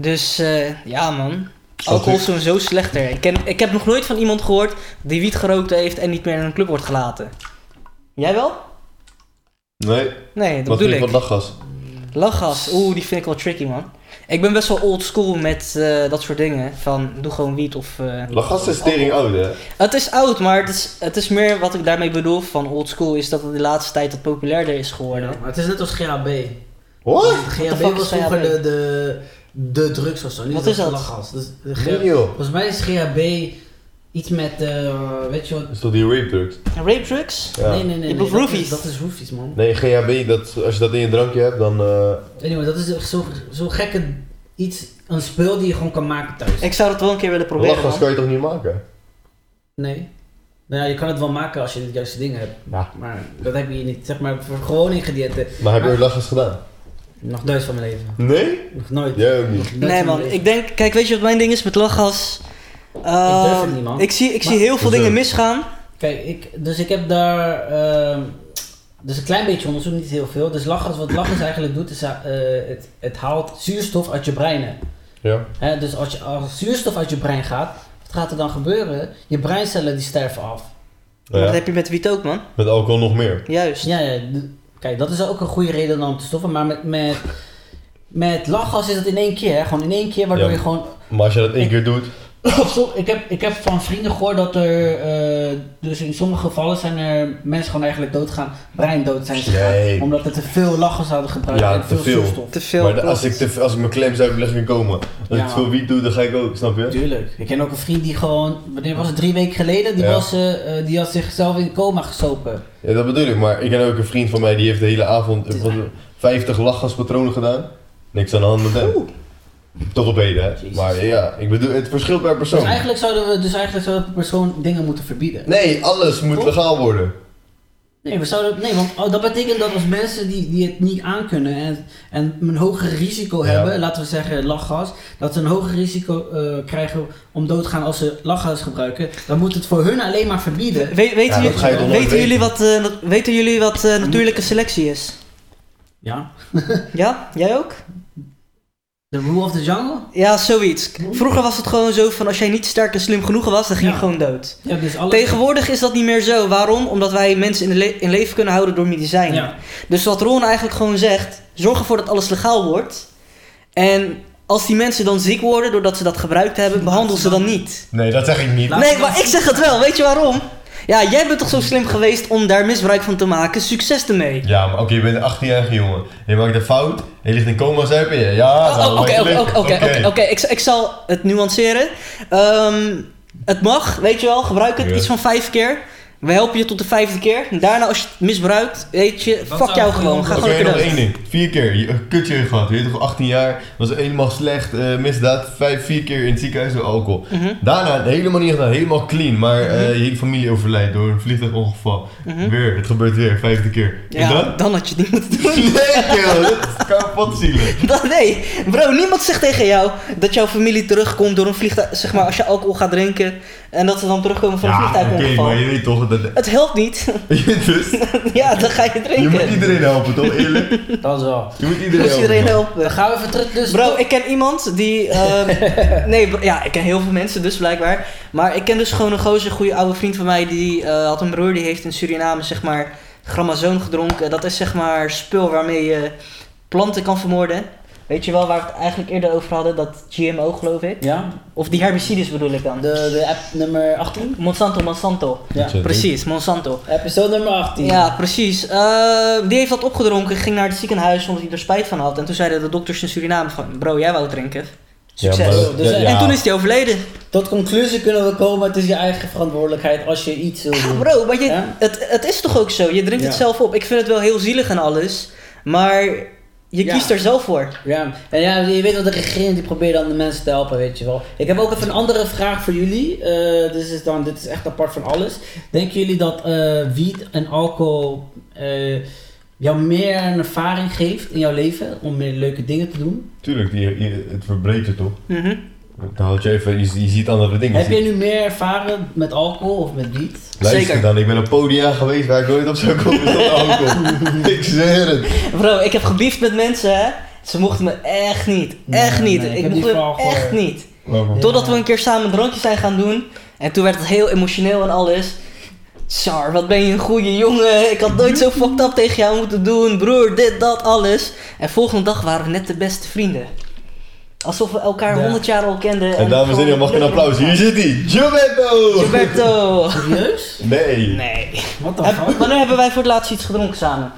Speaker 3: Dus eh, ja, man. Alcohol is sowieso slechter. Ik, ken, ik heb nog nooit van iemand gehoord die wiet gerookt heeft en niet meer in een club wordt gelaten. Jij wel?
Speaker 2: Nee,
Speaker 3: Nee, dat
Speaker 2: wat
Speaker 3: bedoel
Speaker 2: vind
Speaker 3: ik.
Speaker 2: ik van lachgas?
Speaker 3: Lachgas, oeh, die vind ik wel tricky, man. Ik ben best wel old school met eh, dat soort dingen. Van doe gewoon wiet of. eh,
Speaker 2: Lachgas is tering oud, hè?
Speaker 3: Het is oud, maar het is, het is meer wat ik daarmee bedoel van old school. Is dat het de laatste tijd wat populairder is geworden.
Speaker 1: Maar het is net als GHB.
Speaker 2: What?
Speaker 1: GHB
Speaker 3: fuck
Speaker 1: was
Speaker 3: is
Speaker 1: vroeger
Speaker 3: GHB?
Speaker 1: de, de, de drugs of zo. Niet
Speaker 3: Wat is
Speaker 1: de
Speaker 3: dat?
Speaker 1: Lachgas. Dus de G-
Speaker 2: Nee, joh.
Speaker 1: Volgens mij is GHB iets met, eh, weet je wat?
Speaker 2: Dat is toch die rape drugs?
Speaker 3: Rape drugs?
Speaker 2: Ja.
Speaker 1: Nee, nee, nee. nee,
Speaker 3: Je bedoelt
Speaker 1: dat, is,
Speaker 3: roofies.
Speaker 1: dat is roofies, man.
Speaker 2: Nee, GHB, dat, als je dat in je drankje hebt, dan... eh,
Speaker 1: Anyway, dat is echt zo- zo'n gekke iets, een spul die je gewoon kan maken thuis.
Speaker 3: Ik zou dat wel een keer willen proberen.
Speaker 2: lachgas
Speaker 3: Man.
Speaker 2: kan je toch niet maken?
Speaker 1: Nee. Nou ja, je kan het wel maken als je het juiste ding hebt.
Speaker 2: Ja.
Speaker 1: Maar dat heb je hier niet. Zeg maar voor gewone ingrediënten.
Speaker 2: Maar heb je ooit lachgas gedaan?
Speaker 1: Nog nooit van mijn leven.
Speaker 2: Nee?
Speaker 1: Nog nooit.
Speaker 2: Jij ook niet.
Speaker 1: Nooit
Speaker 3: Nee,
Speaker 1: van mijn
Speaker 3: man.
Speaker 1: leven.
Speaker 3: Ik denk, kijk, weet je wat mijn ding is met lachgas?
Speaker 1: durf het
Speaker 3: Ehm,
Speaker 1: niet, man.
Speaker 3: Ik zie, ik zie
Speaker 1: Maar-
Speaker 3: heel veel
Speaker 2: Hoezo?
Speaker 3: dingen misgaan.
Speaker 1: Kijk, ik, dus ik heb daar. ehm, dus een klein beetje onderzoek, niet heel veel. Dus lachgas, wat lachgas eigenlijk doet, is eh, het, het haalt zuurstof uit je breinen.
Speaker 2: Ja.
Speaker 1: Hè, dus als, je, als zuurstof uit je brein gaat, wat gaat er dan gebeuren? Je breincellen die sterven af.
Speaker 2: Nou Ja.
Speaker 3: Dat heb je met wiet ook, man.
Speaker 2: Met alcohol nog meer.
Speaker 3: Juist.
Speaker 1: Ja, ja. d- Kijk, dat is ook een goede reden om te stoppen. Maar met, met, met lachgas is het in één keer. Hè? Gewoon in één keer, waardoor
Speaker 2: Ja.
Speaker 1: je gewoon...
Speaker 2: Maar als je dat één keer doet...
Speaker 1: Zo, ik, heb, ik heb van vrienden gehoord dat er... eh, dus in sommige gevallen zijn er mensen gewoon eigenlijk doodgaan. Breindood zijn gegaan.
Speaker 2: Nee.
Speaker 1: Omdat er te veel lachgas hadden gebruikt.
Speaker 2: Ja,
Speaker 1: en
Speaker 2: te veel.
Speaker 1: zuurstof.
Speaker 3: Te veel.
Speaker 2: maar de-
Speaker 3: klopt.
Speaker 2: als ik, te, als ik mijn klem zou leg ik in komen. Als
Speaker 1: Ja,
Speaker 2: ik veel
Speaker 1: man.
Speaker 2: wiet doe, dan ga ik ook, snap je?
Speaker 1: Tuurlijk. Ik ken ook een vriend die gewoon... Wanneer was het? Drie weken geleden? Die,
Speaker 2: Ja.
Speaker 1: was, eh, eh, die had zichzelf in coma gesopen.
Speaker 2: Ja, dat bedoel ik. Maar ik ken ook een vriend van mij, die heeft de hele avond eh, van de 50 lachgaspatronen gedaan. Niks aan de hand met hem.
Speaker 3: Oeh.
Speaker 2: Tot op heden, hè.
Speaker 1: Jezus.
Speaker 2: Maar ja, ik bedoel, het verschilt per
Speaker 1: Dus
Speaker 2: persoon.
Speaker 1: eigenlijk zouden we dus eigenlijk zouden we persoon dingen moeten verbieden.
Speaker 2: Nee, alles moet
Speaker 1: Toch?
Speaker 2: legaal worden.
Speaker 1: Nee, we zouden, nee want oh, dat betekent dat als mensen die, die het niet aankunnen en, en een hoger risico
Speaker 2: Ja.
Speaker 1: hebben, laten we zeggen lachgas, dat ze een hoger risico eh, krijgen om dood te gaan als ze lachgas gebruiken, dan moet het voor hun alleen maar verbieden.
Speaker 3: We- weten,
Speaker 2: Ja, dat
Speaker 3: jullie,
Speaker 2: ga je toch nooit
Speaker 3: weten jullie
Speaker 2: weten.
Speaker 3: wat, eh, nat- weten jullie wat eh, natuurlijke selectie is?
Speaker 1: Ja,
Speaker 3: Ja, jij ook?
Speaker 1: the rule of the jungle.
Speaker 3: Ja, zoiets. Vroeger was het gewoon zo van als jij niet sterk en slim genoeg was, dan ging je
Speaker 1: Ja.
Speaker 3: gewoon dood.
Speaker 1: Ja, dus alle...
Speaker 3: Tegenwoordig is dat niet meer zo. Waarom? Omdat wij mensen in, de le- in leven kunnen houden door medicijnen.
Speaker 1: Ja,
Speaker 3: Dus wat Ron eigenlijk gewoon zegt, zorg ervoor dat alles legaal wordt. En als die mensen dan ziek worden doordat ze dat gebruikt hebben, behandel ze dan niet.
Speaker 2: Nee, dat zeg ik niet.
Speaker 1: Laat-
Speaker 3: Nee,
Speaker 1: ze dan
Speaker 3: maar ik zeg het wel. Weet je waarom? Ja, jij bent toch zo slim geweest om daar misbruik van te maken. Succes ermee.
Speaker 2: Ja, maar oké, je bent een 18-jarige jongen. Je maakt een fout, je ligt in coma, zuip je. Ja,
Speaker 3: Oh,
Speaker 2: nou,
Speaker 3: oh, Oké,
Speaker 2: lekker
Speaker 3: oké,
Speaker 2: liggen.
Speaker 3: oké, oké, oké. Ik, ik zal het nuanceren. Ehm, het mag, weet je wel. Gebruik het
Speaker 2: Ja.
Speaker 3: iets van vijf keer. We helpen je tot de vijfde keer. En daarna, als je het misbruikt, weet je,
Speaker 1: Dat
Speaker 3: fuck
Speaker 1: zou
Speaker 3: jou
Speaker 1: ik
Speaker 3: gewoon.
Speaker 1: doen.
Speaker 3: Ga
Speaker 2: Oké,
Speaker 3: gewoon lekker
Speaker 2: nog
Speaker 3: dood.
Speaker 2: één ding. Vier keer, je kutje gehad. Je bent toch 18 jaar, was helemaal slecht, eh, misdaad, vijf, vier keer in het ziekenhuis door alcohol.
Speaker 3: Mhm,
Speaker 2: Daarna helemaal niet gedaan, helemaal clean, maar eh, je hele familie overlijdt door een vliegtuigongeval.
Speaker 3: mhm.
Speaker 2: Weer, het gebeurt weer, vijfde keer. En
Speaker 3: Ja,
Speaker 2: dan?
Speaker 3: dan? had je het niet moeten doen.
Speaker 2: Nee, joh, dat is kapot zielig.
Speaker 3: Dat, nee, bro, niemand zegt tegen jou dat jouw familie terugkomt door een vliegtuig. Zeg maar, als je alcohol gaat drinken en dat ze dan terugkomen van een
Speaker 2: Ja, oké,
Speaker 3: vliegtuigongeval.
Speaker 2: maar je weet toch, dat,
Speaker 3: Het helpt niet.
Speaker 2: dus,
Speaker 3: ja, dan ga je
Speaker 2: je moet
Speaker 3: drinken.
Speaker 2: iedereen helpen, toch? Eerlijk?
Speaker 1: dat is wel.
Speaker 2: Je moet
Speaker 3: Je
Speaker 2: iedereen
Speaker 3: moet iedereen
Speaker 2: helpen.
Speaker 1: Dan
Speaker 3: helpen.
Speaker 1: gaan we even terug dus...
Speaker 3: Bro, ik ken iemand die. ehm, nee, bro- ja, ik ken heel veel mensen dus blijkbaar. Maar ik ken dus gewoon een gozer, een goede oude vriend van mij. Die eh, had een broer die heeft in Suriname, zeg maar, gramazoon gedronken. Dat is zeg maar spul waarmee je planten kan vermoorden. Weet je wel waar we het eigenlijk eerder over hadden? Dat GMO geloof ik.
Speaker 1: Ja?
Speaker 3: Of die herbicides bedoel ik dan.
Speaker 1: De, de app nummer 18?
Speaker 3: Monsanto, Monsanto.
Speaker 1: Ja.
Speaker 2: Zo.
Speaker 3: Precies, Monsanto.
Speaker 1: Episode nummer 18.
Speaker 3: Ja, precies. Eh, die heeft dat opgedronken, ging naar het ziekenhuis omdat hij er spijt van had. En toen zeiden de dokters in Suriname van, bro, jij wou drinken. Succes.
Speaker 2: Ja, maar dat-
Speaker 1: Dus,
Speaker 2: ja,
Speaker 1: eh,
Speaker 2: ja.
Speaker 3: En toen is hij overleden.
Speaker 1: Tot conclusie kunnen we komen, het is je eigen verantwoordelijkheid als je iets wil doen.
Speaker 3: Ah, Bro, maar je,
Speaker 1: Ja?
Speaker 3: het, het is toch ook zo? Je drinkt het
Speaker 1: Ja.
Speaker 3: zelf op. Ik vind het wel heel zielig en alles. Maar je
Speaker 1: Ja.
Speaker 3: kiest er zelf voor.
Speaker 1: Ja, en ja, je weet wel, de regering die probeert dan de mensen te helpen, weet je wel. Ik heb ook even een andere vraag voor jullie. Eh, dit, is dan, dit is echt apart van alles. Denken jullie dat eh, wiet en alcohol eh, jou meer een ervaring geeft in jouw leven om meer leuke dingen te doen?
Speaker 2: Tuurlijk, die, je- het verbreedt je toch?
Speaker 3: Mhm.
Speaker 2: Dan houd je even, je, je ziet andere dingen.
Speaker 1: Heb
Speaker 2: je
Speaker 1: jij
Speaker 2: ziet-
Speaker 1: nu meer ervaren met alcohol of met wiet?
Speaker 2: Luister
Speaker 3: Zeker.
Speaker 2: dan, ik ben op podia geweest waar ik nooit op zou komen zonder alcohol. ik zweer het.
Speaker 3: Bro, ik heb gebiefd met mensen, hè. Ze mochten me echt niet.
Speaker 1: Nee,
Speaker 3: Echt
Speaker 1: nee,
Speaker 3: niet.
Speaker 1: nee, ik
Speaker 3: ik
Speaker 1: heb die
Speaker 3: mocht
Speaker 1: verhaal
Speaker 3: hem
Speaker 1: gehoord.
Speaker 3: echt niet.
Speaker 2: Waarom?
Speaker 3: Totdat we een keer samen een drankje zijn gaan doen. En toen werd het heel emotioneel en alles. Sar, wat ben je een goede jongen. Ik had nooit zo fucked up tegen jou moeten doen. Broer, dit, dat, alles. En volgende dag waren we net de beste vrienden. Alsof we elkaar
Speaker 1: Ja.
Speaker 3: 100 jaar al kenden.
Speaker 2: En dames en heren, mag ik een applaus? Hier zit hij, Gilberto!
Speaker 3: Gilberto!
Speaker 1: Serieus?
Speaker 2: Nee.
Speaker 3: Nee.
Speaker 1: Wat
Speaker 2: Oh,
Speaker 1: dan?
Speaker 3: Oh. Heb- wanneer hebben wij voor het laatst iets gedronken samen?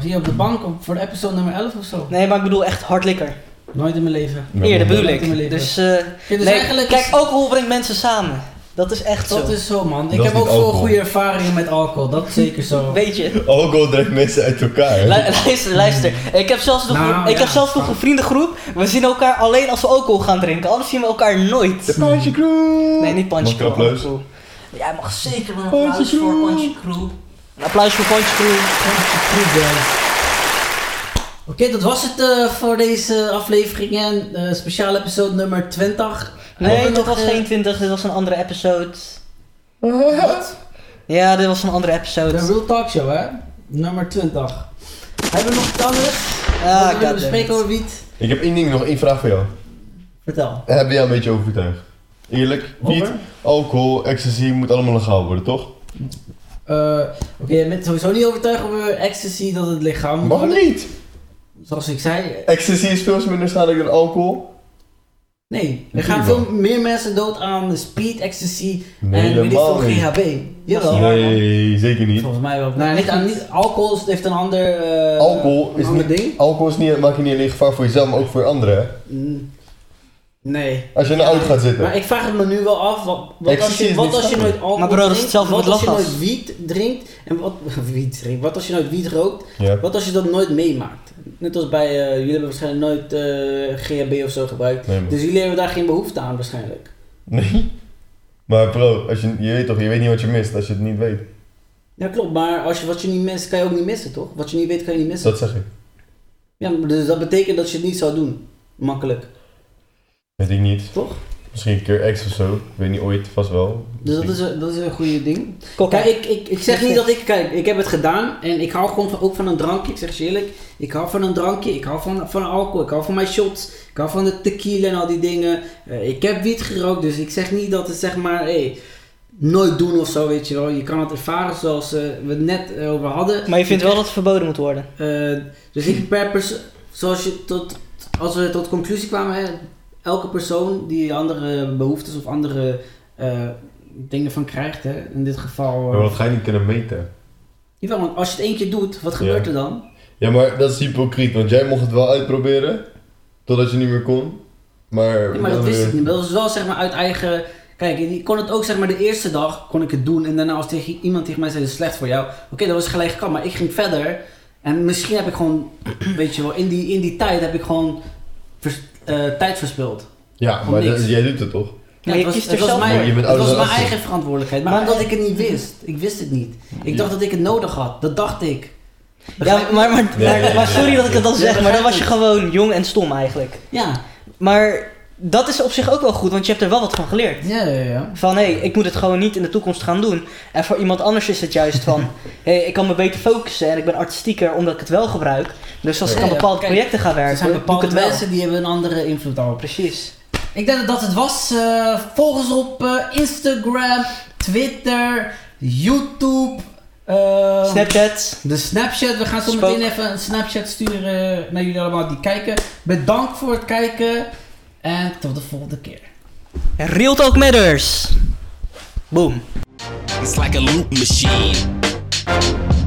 Speaker 1: hier Eh, op de bank op- voor de episode nummer 11 of zo?
Speaker 3: Nee, maar ik bedoel echt hard likker.
Speaker 1: Nooit in mijn leven.
Speaker 2: Nee,
Speaker 3: Eerder
Speaker 2: nee,
Speaker 3: bedoel
Speaker 1: Nooit in mijn
Speaker 3: ik.
Speaker 1: leven.
Speaker 3: Dus, eh,
Speaker 1: Ja, dus
Speaker 3: nee,
Speaker 1: eigenlijk
Speaker 3: kijk,
Speaker 1: is-
Speaker 3: alcohol brengt mensen samen. Dat is echt
Speaker 1: Dat
Speaker 3: zo.
Speaker 1: is zo, man. Ik
Speaker 2: Dat is
Speaker 1: heb ook
Speaker 2: niet
Speaker 1: veel
Speaker 2: alcohol.
Speaker 1: goede ervaringen met alcohol, dat is zeker zo.
Speaker 3: Weet je?
Speaker 2: Alcohol trekt mensen uit elkaar. hè?
Speaker 3: Lu- luister, luister. Ik heb zelfs nog,
Speaker 1: Nou,
Speaker 3: ik
Speaker 1: ja.
Speaker 3: heb zelfs nog een vriendengroep. We zien elkaar alleen als we alcohol gaan drinken. Anders zien we elkaar nooit.
Speaker 2: De Punch Crew!
Speaker 3: Nee, niet Punch
Speaker 2: Mag ik een
Speaker 3: Crew.
Speaker 2: applaus?
Speaker 3: alcohol. Jij mag zeker wel een
Speaker 2: Punch
Speaker 3: applaus
Speaker 2: Crew.
Speaker 3: voor Punch Crew. Een applaus voor Punch Crew.
Speaker 1: Goed, guys. Oké, dat was het eh, voor deze aflevering en eh, speciale episode nummer 20. Hebben
Speaker 3: Nee,
Speaker 1: we
Speaker 3: dit was
Speaker 1: eh,
Speaker 3: geen 20. Dit was een andere episode. Ja, dit was een andere
Speaker 1: De
Speaker 3: episode.
Speaker 1: Real Talk Show, hè? Nummer 20. Hebben we nog iets anders? Wat
Speaker 3: Ah,
Speaker 1: we willen
Speaker 3: goddammit.
Speaker 1: bespreken over wiet?
Speaker 2: Ik heb één ding, nog één vraag voor jou.
Speaker 1: Vertel.
Speaker 2: Heb je jou een beetje overtuigd? Eerlijk, niet
Speaker 1: Over?
Speaker 2: alcohol, ecstasy moet allemaal legaal worden, toch?
Speaker 1: Eh, Oké, je bent sowieso niet overtuigd over ecstasy dat het lichaam moet
Speaker 2: Waarom
Speaker 1: worden.
Speaker 2: niet?
Speaker 1: Zoals ik zei,
Speaker 2: Ecstasy is veel minder schadelijk dan alcohol.
Speaker 1: Nee, er gaan
Speaker 2: Natuurlijk
Speaker 1: veel meer mensen dood aan speed, ecstasy
Speaker 2: Nee,
Speaker 1: en weet ik
Speaker 2: helemaal
Speaker 1: veel,
Speaker 2: niet.
Speaker 1: GHB. Jawel.
Speaker 3: niet waar.
Speaker 2: Nee, zeker niet.
Speaker 1: Volgens mij wel. Nou, niet, aan, niet, alcohol is- heeft een ander, eh,
Speaker 2: Alcohol
Speaker 1: een
Speaker 2: is
Speaker 1: ander
Speaker 2: niet,
Speaker 1: ding.
Speaker 2: alcohol is niet, maakt je niet alleen gevaar voor jezelf, maar ook voor anderen. hè?
Speaker 1: Mm, Nee.
Speaker 2: Als je in de auto gaat zitten.
Speaker 1: Maar ik vraag het me nu wel af, wat, wat als
Speaker 2: Ecstasy
Speaker 1: je,
Speaker 2: is
Speaker 1: wat
Speaker 2: niet
Speaker 1: als je nooit
Speaker 2: schadelijk.
Speaker 1: alcohol
Speaker 3: Maar bro, dat is
Speaker 1: drinkt,
Speaker 3: hetzelfde
Speaker 1: wat
Speaker 3: met
Speaker 1: als je
Speaker 3: lachgas.
Speaker 1: nooit wiet drinkt, en wat, wiet drinkt, wat als je nooit wiet rookt,
Speaker 2: Ja.
Speaker 1: wat als je dat nooit meemaakt? Net als bij, eh, jullie hebben waarschijnlijk nooit eh, GHB of zo gebruikt,
Speaker 2: Nee, man.
Speaker 1: dus jullie hebben daar geen behoefte aan waarschijnlijk.
Speaker 2: Nee. Maar bro, als je, je weet toch, je weet niet wat je mist als je het niet weet.
Speaker 1: Ja, klopt, maar als je, wat je niet mist, kan je ook niet missen, toch? Wat je niet weet, kan je niet missen.
Speaker 2: Dat zeg ik.
Speaker 1: Ja, maar dus dat betekent dat je het niet zou doen. Makkelijk,
Speaker 2: Weet ik niet.
Speaker 1: toch?
Speaker 2: Misschien een keer ex of zo. Ik weet niet ooit, vast wel.
Speaker 1: Dus dat is, een- dat is een goede ding.
Speaker 3: Kokka.
Speaker 1: Kijk, ik, ik, ik zeg niet dat ik... Kijk, ik heb het gedaan en ik hou gewoon van, ook van een drankje. Ik zeg je eerlijk, ik hou van een drankje. Ik hou van, van alcohol, ik hou van mijn shots. Ik hou van de tequila en al die dingen. Eh, ik heb wiet gerookt, dus ik zeg niet dat het zeg maar... Hey, nooit doen of zo, weet je wel. Je kan het ervaren zoals eh, we het net eh, over hadden.
Speaker 3: Maar je vindt wel dat het verboden moet worden.
Speaker 1: Eh, dus ik per perso- zoals je tot, als we tot conclusie kwamen, hè, elke persoon die andere behoeftes of andere eh, dingen van krijgt, hè, in dit geval. eh,
Speaker 2: Maar wat ga je niet kunnen meten?
Speaker 1: jawel, want als je het één keer doet, wat gebeurt er dan?
Speaker 2: Ja, maar dat is hypocriet, want jij mocht het wel uitproberen. Totdat je niet meer kon. Maar,
Speaker 1: Nee, maar dat
Speaker 2: dan
Speaker 1: wist
Speaker 2: weer-
Speaker 1: ik niet. Maar Dat was wel zeg maar uit eigen. Kijk, ik kon het ook zeg maar de eerste dag kon ik het doen en daarna als tegen iemand tegen mij zei, "Dit is slecht voor jou. Oké, dat was gelijk kan, maar ik ging verder. En misschien heb ik gewoon, weet je wel, in die, in die tijd heb ik gewoon vers- eh, tijd verspild.
Speaker 2: Ja,
Speaker 1: Om
Speaker 2: maar
Speaker 1: niks.
Speaker 2: dat- jij doet het toch?
Speaker 1: Ja,
Speaker 3: Maar
Speaker 1: het
Speaker 3: je
Speaker 1: was,
Speaker 3: kiest
Speaker 1: het
Speaker 3: er
Speaker 1: was
Speaker 3: zelf
Speaker 1: mijn,
Speaker 2: voor. Je bent
Speaker 1: het
Speaker 2: ouder
Speaker 1: was
Speaker 2: dan
Speaker 1: mijn
Speaker 2: achttien.
Speaker 1: eigen verantwoordelijkheid. Maar,
Speaker 3: Maar-
Speaker 1: omdat ik het niet wist. Ik wist het niet. Ik dacht dat ik het nodig had. Dat dacht ik.
Speaker 3: Ja,
Speaker 1: Begrijp je?
Speaker 3: maar, maar, maar,
Speaker 2: Nee, nee,
Speaker 3: maar sorry
Speaker 2: nee,
Speaker 3: dat ik dat dan
Speaker 1: nee.
Speaker 3: zeg, maar dan
Speaker 1: Begrijp
Speaker 3: was je
Speaker 1: ik.
Speaker 3: gewoon jong en stom eigenlijk.
Speaker 1: Ja.
Speaker 3: Maar dat is op zich ook wel goed, want je hebt er wel wat van geleerd.
Speaker 1: Ja, ja, ja.
Speaker 3: Van hé, hey, ik moet het gewoon niet in de toekomst gaan doen. En voor iemand anders is het juist van hé, hey, ik kan me beter focussen en ik ben artistieker omdat ik het wel gebruik. Dus als ik
Speaker 1: Ja,
Speaker 3: aan
Speaker 1: ja,
Speaker 3: bepaalde
Speaker 1: kijk,
Speaker 3: projecten ga
Speaker 1: Er
Speaker 3: werken,
Speaker 1: zijn
Speaker 3: doe
Speaker 1: bepaalde
Speaker 3: ik het wel.
Speaker 1: mensen die hebben een andere invloed daarop.
Speaker 3: Precies.
Speaker 1: Ik denk dat dat het was. Eh, volg ons op eh, Instagram, Twitter, YouTube, eh, Ehm,
Speaker 3: Snapchat.
Speaker 1: De Snapchat, we gaan zo
Speaker 3: Spook.
Speaker 1: meteen even een Snapchat sturen naar jullie allemaal die kijken. Bedankt voor het kijken en tot de volgende keer.
Speaker 3: Real Talk Matters. Boom.
Speaker 4: It's like a loop machine.